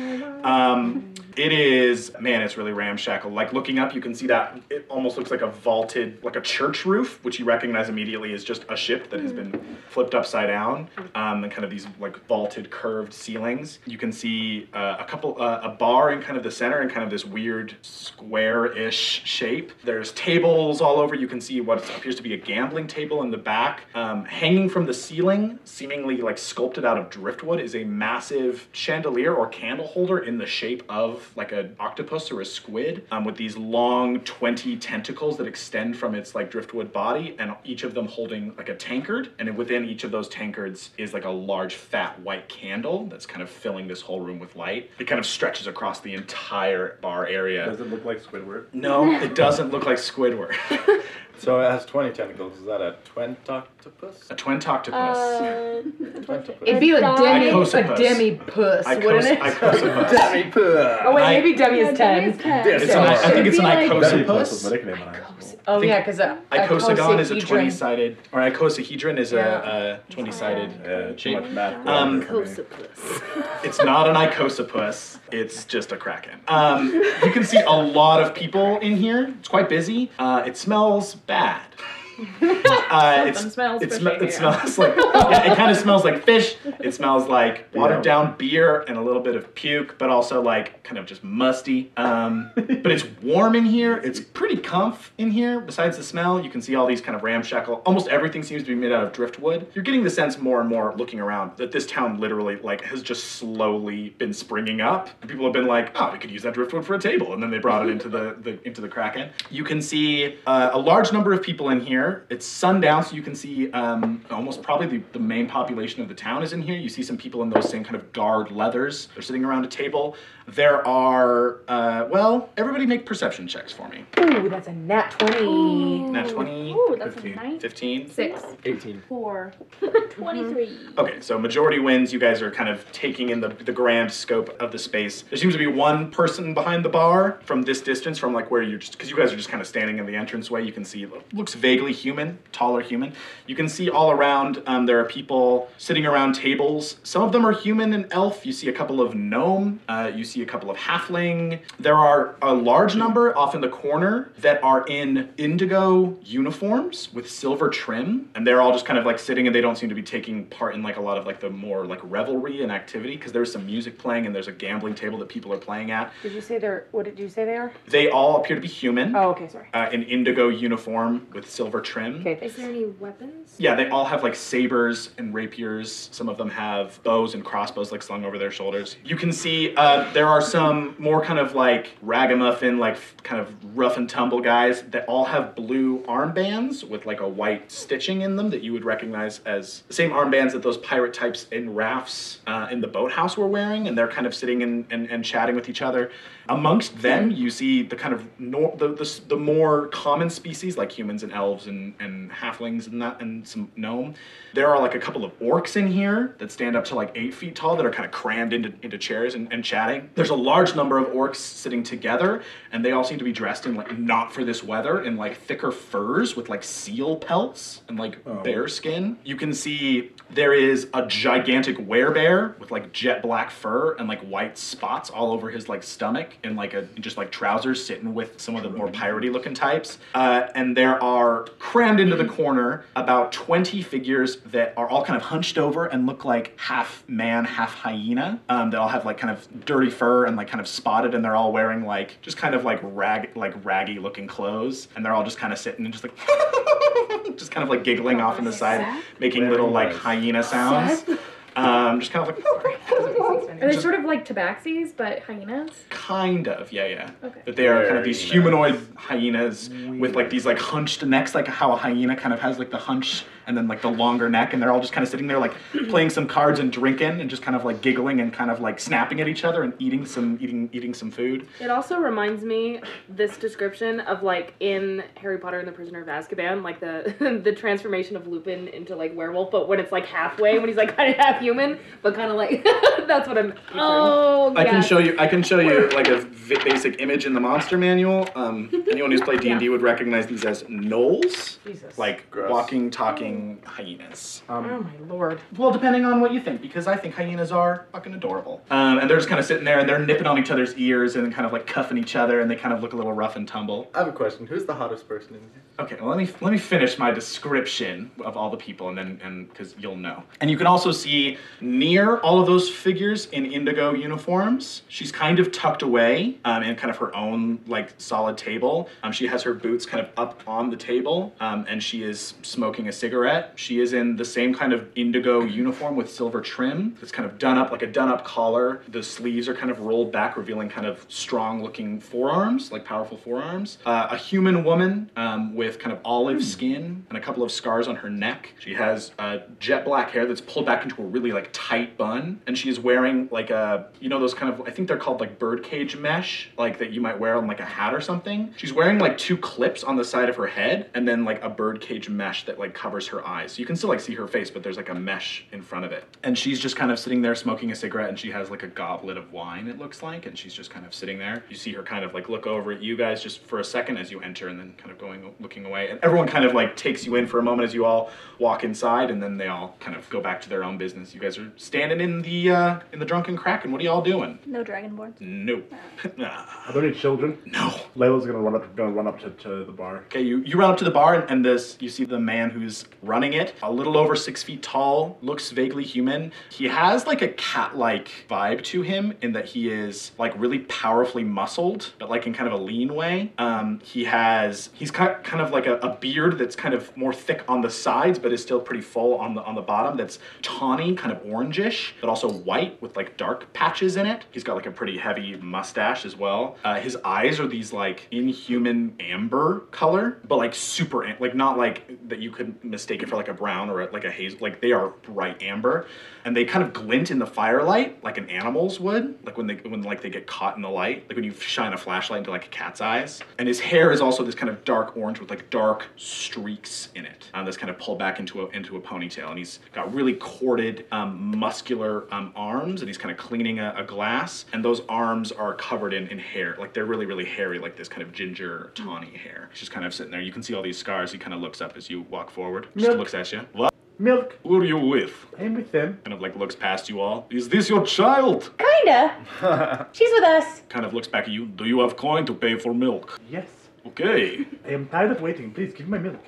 Speaker 2: Um, it is man, it's really ramshackle. Like looking up, you can see that it almost looks like a vaulted, like a church roof, which you recognize immediately as just a ship that has been flipped upside down, um, and kind of these like vaulted, curved ceilings. You can see uh, a couple, uh, a bar in kind of the center, and kind of this weird square-ish shape. There's tables all over. You can see what appears to be a gambling table in the back. Um, hanging from the ceiling, seemingly like sculpted out of driftwood, is a massive chandelier or candle holder in the shape of like an octopus or a squid, um, with these long 20 tentacles that extend from its like driftwood body, and each of them holding like a tankard. And within each of those tankards is like a large fat white candle that's kind of filling this whole room with light. It kind of stretches across the entire bar area.
Speaker 8: Does it look like Squidward?
Speaker 2: No, it doesn't look like Squidward.
Speaker 6: So it has 20 tentacles. Is that a twentoctopus?
Speaker 2: A twentoctopus.
Speaker 18: It'd be like demi, Uh, a
Speaker 2: Icosopus.
Speaker 18: demi puss,
Speaker 2: Icos-
Speaker 18: wouldn't it? [laughs]
Speaker 2: Icosopus.
Speaker 18: demi puss. Oh wait,
Speaker 2: I-
Speaker 18: maybe demi is ten.
Speaker 2: It's an, I think it's an
Speaker 8: That'd be close
Speaker 2: icosopus.
Speaker 8: with my nickname on it.
Speaker 18: Oh yeah, because a
Speaker 2: Icosagon is a
Speaker 18: icosahedron.
Speaker 2: 20 sided, or icosahedron is a, a 20 sided uh, shape. Um, it's not an icosopus, it's just a kraken. Um, you can see a lot of people in here. It's quite busy. Uh, it smells bad. [laughs] Uh, it's,
Speaker 14: Something smells
Speaker 2: it,
Speaker 14: fishy,
Speaker 2: sm-
Speaker 14: yeah.
Speaker 2: it smells
Speaker 14: [laughs]
Speaker 2: like yeah, it kind of smells like fish. It smells like watered down beer and a little bit of puke, but also like kind of just musty. Um, but it's warm in here. It's pretty comf in here. Besides the smell, you can see all these kind of ramshackle. Almost everything seems to be made out of driftwood. You're getting the sense more and more looking around that this town literally like has just slowly been springing up. People have been like, oh, we could use that driftwood for a table, and then they brought it into the, the into the kraken. You can see uh, a large number of people in here. It's sundown, so you can see um, almost probably the, the main population of the town is in here. You see some people in those same kind of guard leathers. They're sitting around a table. There are uh, well, everybody make perception checks for me.
Speaker 18: Ooh, that's a nat twenty.
Speaker 2: Nat 20, 15, 15,
Speaker 18: Six.
Speaker 2: 18.
Speaker 18: Four.
Speaker 9: [laughs] Twenty-three.
Speaker 2: Okay, so majority wins. You guys are kind of taking in the, the grand scope of the space. There seems to be one person behind the bar from this distance, from like where you're just, because you guys are just kind of standing in the entranceway. You can see, looks vaguely human, taller human. You can see all around, um, there are people sitting around tables. Some of them are human and elf. You see a couple of gnome. Uh, you see a couple of halfling. There are a large number off in the corner that are in indigo uniforms with silver trim, and they're all just kind of like sitting and they don't seem to be taking part in like a lot of like the more like revelry and activity because there's some music playing and there's a gambling table that people are playing at.
Speaker 10: Did you say they're? What did you say they are?
Speaker 2: They all appear to be human.
Speaker 10: Oh, okay, sorry.
Speaker 2: Uh, in indigo uniform with silver for trim.
Speaker 12: Is there any weapons?
Speaker 2: Yeah, they all have like sabers and rapiers. Some of them have bows and crossbows like slung over their shoulders. You can see uh, there are some more kind of like ragamuffin, like f- kind of rough and tumble guys that all have blue armbands with like a white stitching in them that you would recognize as the same armbands that those pirate types in rafts uh, in the boathouse were wearing. And they're kind of sitting and, and, and chatting with each other. Amongst them, you see the kind of nor- the, the, s- the more common species like humans and elves and, and halflings and that and some gnome. There are like a couple of orcs in here that stand up to like eight feet tall that are kind of crammed into, into chairs and, and chatting. There's a large number of orcs sitting together and they all seem to be dressed in like not for this weather in like thicker furs with like seal pelts and like bear skin. You can see there is a gigantic werebear with like jet black fur and like white spots all over his like stomach and like a just like trousers sitting with some of the more piratey looking types. Uh, and there are crammed into the corner about 20 figures that are all kind of hunched over and look like half man, half hyena. Um, they all have like kind of dirty fur and like kind of spotted and they're all wearing like just kind of like rag like raggy looking clothes and they're all just kind of sitting and just like [laughs] just kind of like giggling off on the side, making little like hyena sounds.
Speaker 4: [laughs]
Speaker 2: Um, just kind of like
Speaker 4: Are they sort of like tabaxis but hyenas?
Speaker 2: Kind of, yeah, yeah.
Speaker 4: Okay.
Speaker 2: But they are kind of these humanoid hyenas with like these like hunched necks, like how a hyena kind of has like the hunch and then like the longer neck, and they're all just kind of sitting there like playing some cards and drinking and just kind of like giggling and kind of like snapping at each other and eating some eating eating some food.
Speaker 12: It also reminds me this description of like in Harry Potter and the Prisoner of Azkaban, like the [laughs] the transformation of Lupin into like werewolf, but when it's like halfway, when he's like [laughs] kind of half human, but kind of like [laughs] that's what I'm. Oh,
Speaker 2: I can show you. I can show you like a v- basic image in the monster manual. Um, anyone
Speaker 4: [laughs]
Speaker 2: who's played D and D would recognize these as gnolls,
Speaker 18: Jesus.
Speaker 2: like walking, talking hyenas. Um,
Speaker 18: Oh my lord.
Speaker 2: Well, depending on what you think, because I think hyenas are fucking adorable. Um, and they're just kind of sitting there and they're nipping on each other's ears and kind of like cuffing each other and they kind of look a little rough and tumble.
Speaker 7: I have a question. Who's the hottest person in here?
Speaker 2: Okay, well, let me let me finish my description of all the people, and then and because you'll know. And you can also see near all of those figures in indigo uniforms. She's kind of tucked away um, in kind of her own like solid table. Um, she has her boots kind of up on the table, um, and she is smoking a cigarette. She is in the same kind of indigo uniform with silver trim. It's kind of done up like a done up collar. The sleeves are kind of rolled back, revealing kind of strong looking forearms, like powerful forearms. Uh, a human woman um, with kind of olive skin and a couple of scars on her neck. She has uh, jet black hair that's pulled back into a really like tight bun, and she is wearing like a you know those kind of I think they're called like birdcage mesh, like that you might wear on like a hat or something. She's wearing like two clips on the side of her head, and then like a birdcage mesh that like covers her eyes. You can still like see her face, but there's like a mesh in front of it. And she's just kind of sitting there smoking a cigarette, and she has like a goblet of wine. It looks like, and she's just kind of sitting there. You see her kind of like look over at you guys just for a second as you enter, and then kind of going looking away. And everyone kind of like takes you in for a moment as you all walk inside, and then they all kind of go back to their own business. You guys are standing in the uh, in the drunken kraken. What are y'all doing?
Speaker 9: No dragonborns.
Speaker 2: Nope. [laughs] Nah.
Speaker 8: Are there any children?
Speaker 2: No.
Speaker 8: Layla's gonna run up, gonna run up to, to the bar.
Speaker 2: Okay, you, you run up to the bar and, and this you see the man who's running it, a little over six feet tall, looks vaguely human. He has like a cat-like vibe to him in that he is like really powerfully muscled, but like in kind of a lean way. Um, he has he's ki- kind of like a, a beard that's kind of more thick on the sides, but is still pretty full on the on the bottom. That's tawny, kind of orangish, but also white with like dark patches in it. He's got like a pretty heavy mustache as well. Uh, his eyes are these like inhuman amber color, but like super am- like not like that you could mistake it for like a brown or a, like a haze. Like they are bright amber, and they kind of glint in the firelight like an animal's would. Like when they when like they get caught in the light, like when you shine a flashlight into like a cat's eyes. And his hair is also this kind of dark orange with like dark streaks in it. Um, that's kind of pulled back into a into a ponytail, and he's got really corded, um, muscular um, arms, and he's kind of cleaning a, a glass. And those arms are covered in in hair, like they're really really hairy, like this kind of ginger tawny hair. He's just kind of sitting there. You can see all these scars. He kind of looks up as you walk forward. Just
Speaker 8: Milk.
Speaker 2: looks at you. What?
Speaker 8: Milk.
Speaker 2: Who are you with?
Speaker 8: I'm with them.
Speaker 2: Kind of like looks past you all. Is this your child?
Speaker 10: Kinda.
Speaker 2: kind
Speaker 10: She's with us.
Speaker 2: of looks back at you. Do you have coin to pay for milk?
Speaker 8: Yes.
Speaker 2: Okay.
Speaker 8: I am tired of waiting. Please give me my milk.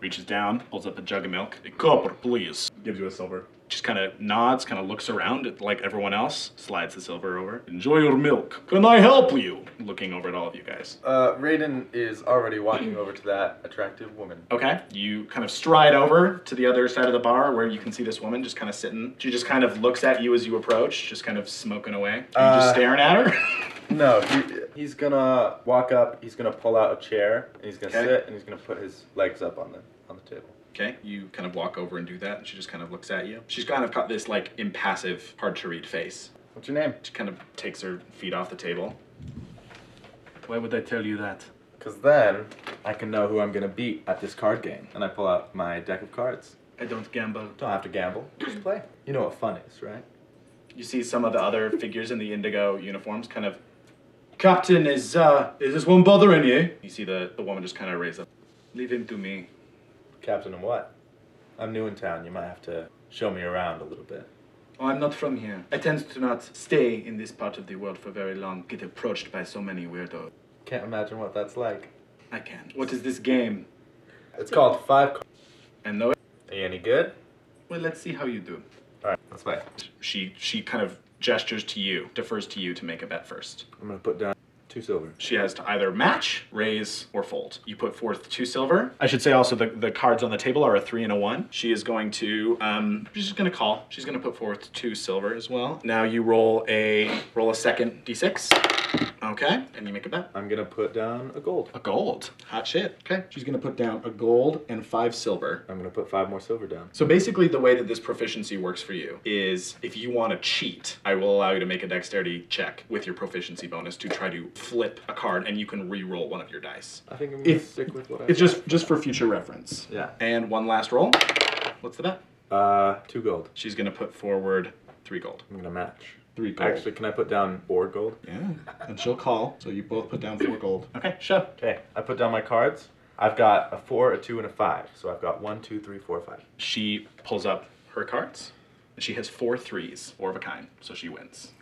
Speaker 2: Reaches down, pulls up a jug of milk. A copper, please.
Speaker 8: Gives you a silver.
Speaker 2: just kind of nods, kind of looks around at, like everyone else, slides the silver over. Enjoy your milk. Can I help you? Looking over at all of you guys.
Speaker 6: Uh, Raiden is already walking over to that attractive woman.
Speaker 2: Okay, you kind of stride over to the other side of the bar where you can see this woman just kind of sitting. She just kind of looks at you as you approach, just kind of smoking away. Are you just
Speaker 6: Uh,
Speaker 2: staring at her? [laughs]
Speaker 6: No, he, he's gonna walk up. He's gonna pull out a chair and he's gonna
Speaker 2: Okay.
Speaker 6: sit and he's gonna put his legs up on the on the table.
Speaker 2: Okay, you kind of walk over and do that, and she just kind of looks at you. She's kind of got this like impassive, hard to read face.
Speaker 6: What's your name?
Speaker 2: She kind of takes her feet off the table. Why would I tell you that?
Speaker 6: Cause then I can know who I'm gonna beat at this card game. And I pull out my deck of cards.
Speaker 2: I don't gamble.
Speaker 6: Don't have to gamble. Just play. You know what fun is, right?
Speaker 2: You see some of the other figures in the indigo uniforms kind of. Captain, is uh, is this one bothering you? You see the, the woman just kind of raise up. Leave him to me.
Speaker 6: Captain of what? I'm new in town. You might have to show me around a little bit.
Speaker 2: Oh, I'm not from here. I tend to not stay in this part of the world for very long. Get approached by so many weirdos.
Speaker 6: Can't imagine what that's like.
Speaker 2: I can. What is this game?
Speaker 6: It's called Five. Cards.
Speaker 2: I know it.
Speaker 6: Are you any good?
Speaker 2: Well, let's see how you do.
Speaker 6: All right, let's play.
Speaker 2: She she kind of gestures to you, defers to you to make a bet first.
Speaker 6: I'm gonna put down two silver.
Speaker 2: She has to either match, raise, or fold. You put forth two silver. I should say also the, the cards on the table are a three and a one. She is going to um she's just gonna call. She's gonna put forth two silver as well. Now you roll a roll a second D6. Okay, and you make a bet.
Speaker 6: I'm gonna put down a gold.
Speaker 2: A gold. Hot shit. Okay. She's gonna put down a gold and five silver.
Speaker 6: I'm gonna put five more silver down.
Speaker 2: So basically, the way that this proficiency works for you is if you want to cheat, I will allow you to make a dexterity check with your proficiency bonus to try to flip a card, and you can re-roll one of your dice.
Speaker 6: I think I'm gonna
Speaker 2: If-
Speaker 6: stick with what I.
Speaker 2: It's just just for future reference.
Speaker 6: Yeah.
Speaker 2: And one last roll. What's the bet?
Speaker 6: Uh, two gold.
Speaker 2: She's gonna put forward three gold.
Speaker 6: I'm gonna match.
Speaker 2: Three gold.
Speaker 6: Actually, can I put down four gold?
Speaker 2: Yeah. And she'll call. So you both put down four gold. Okay. Sure.
Speaker 6: Okay. I put down my cards. I've got a four, a two, and a five. So I've got one, two, three, four, five.
Speaker 2: She pulls up her cards, and she has four threes, four of a kind, so she wins.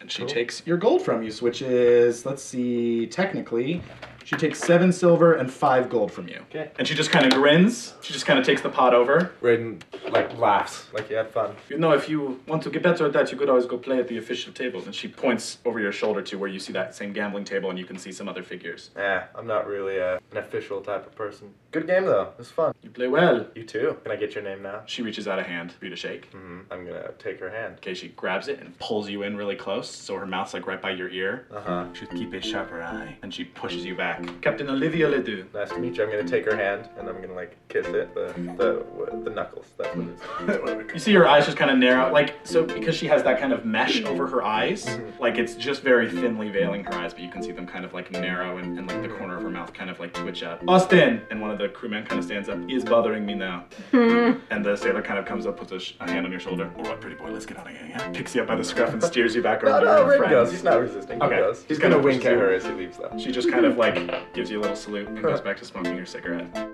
Speaker 2: And she
Speaker 19: Cool.
Speaker 2: takes your gold from you, which is, let's see, technically, she takes seven silver and five gold from you.
Speaker 6: Okay.
Speaker 2: And she just kind of grins. She just kind of takes the pot over.
Speaker 6: Raiden like laughs, like you had fun.
Speaker 2: You know, if you want to get better at that, you could always go play at the official table. And she points over your shoulder to where you see that same gambling table, and you can see some other figures.
Speaker 6: Yeah, I'm not really uh an official type of person. Good game though. It was fun.
Speaker 2: You play well.
Speaker 6: You too. Can I get your name now?
Speaker 2: She reaches out a hand for you to shake.
Speaker 6: Mm-hmm. I'm gonna take her hand.
Speaker 2: Okay, she grabs it and pulls you in really close, so her mouth's like right by your ear.
Speaker 6: Uh huh.
Speaker 2: She keep a sharper eye, and she pushes you back. Captain Olivia Ledoux.
Speaker 6: Nice to meet you. I'm gonna take her hand and I'm gonna like kiss it, the the the knuckles. That's what it
Speaker 2: You
Speaker 6: is.
Speaker 2: see her eyes just kind of narrow, like so because she has that kind of mesh over her eyes, like it's just very thinly veiling her eyes, but you can see them kind of like narrow and, and like the corner of her mouth kind of like twitch up. Austin, and one of the crewmen kind of stands up. He is bothering me now, and the sailor kind of comes up, puts a, sh- a hand on your shoulder. All right, pretty boy, let's get out of here. yeah?" Picks you up by the scruff and steers you back
Speaker 6: No,
Speaker 2: over. to
Speaker 6: no,
Speaker 2: your
Speaker 6: Raiden
Speaker 2: friends.
Speaker 6: goes. He's not resisting. He
Speaker 2: Okay.
Speaker 6: goes. He's
Speaker 2: He's
Speaker 6: gonna
Speaker 2: gonna
Speaker 6: wink at
Speaker 2: pursue.
Speaker 6: her as he leaves though.
Speaker 2: She just kind of like gives you a little salute and goes back to smoking her cigarette.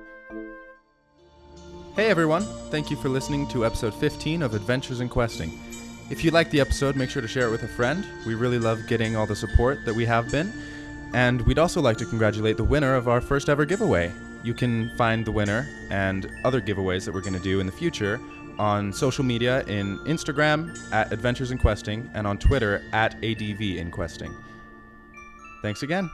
Speaker 8: Hey everyone, thank you for listening to episode 15 of Adventures in Questing. If you like the episode, make sure to share it with a friend. We really love getting all the support that we have been. And we'd also like to congratulate the winner of our first ever giveaway. You can find the winner and other giveaways that we're going to do in the future on social media in Instagram at Adventures in Questing and on Twitter at ADV in Questing. Thanks again.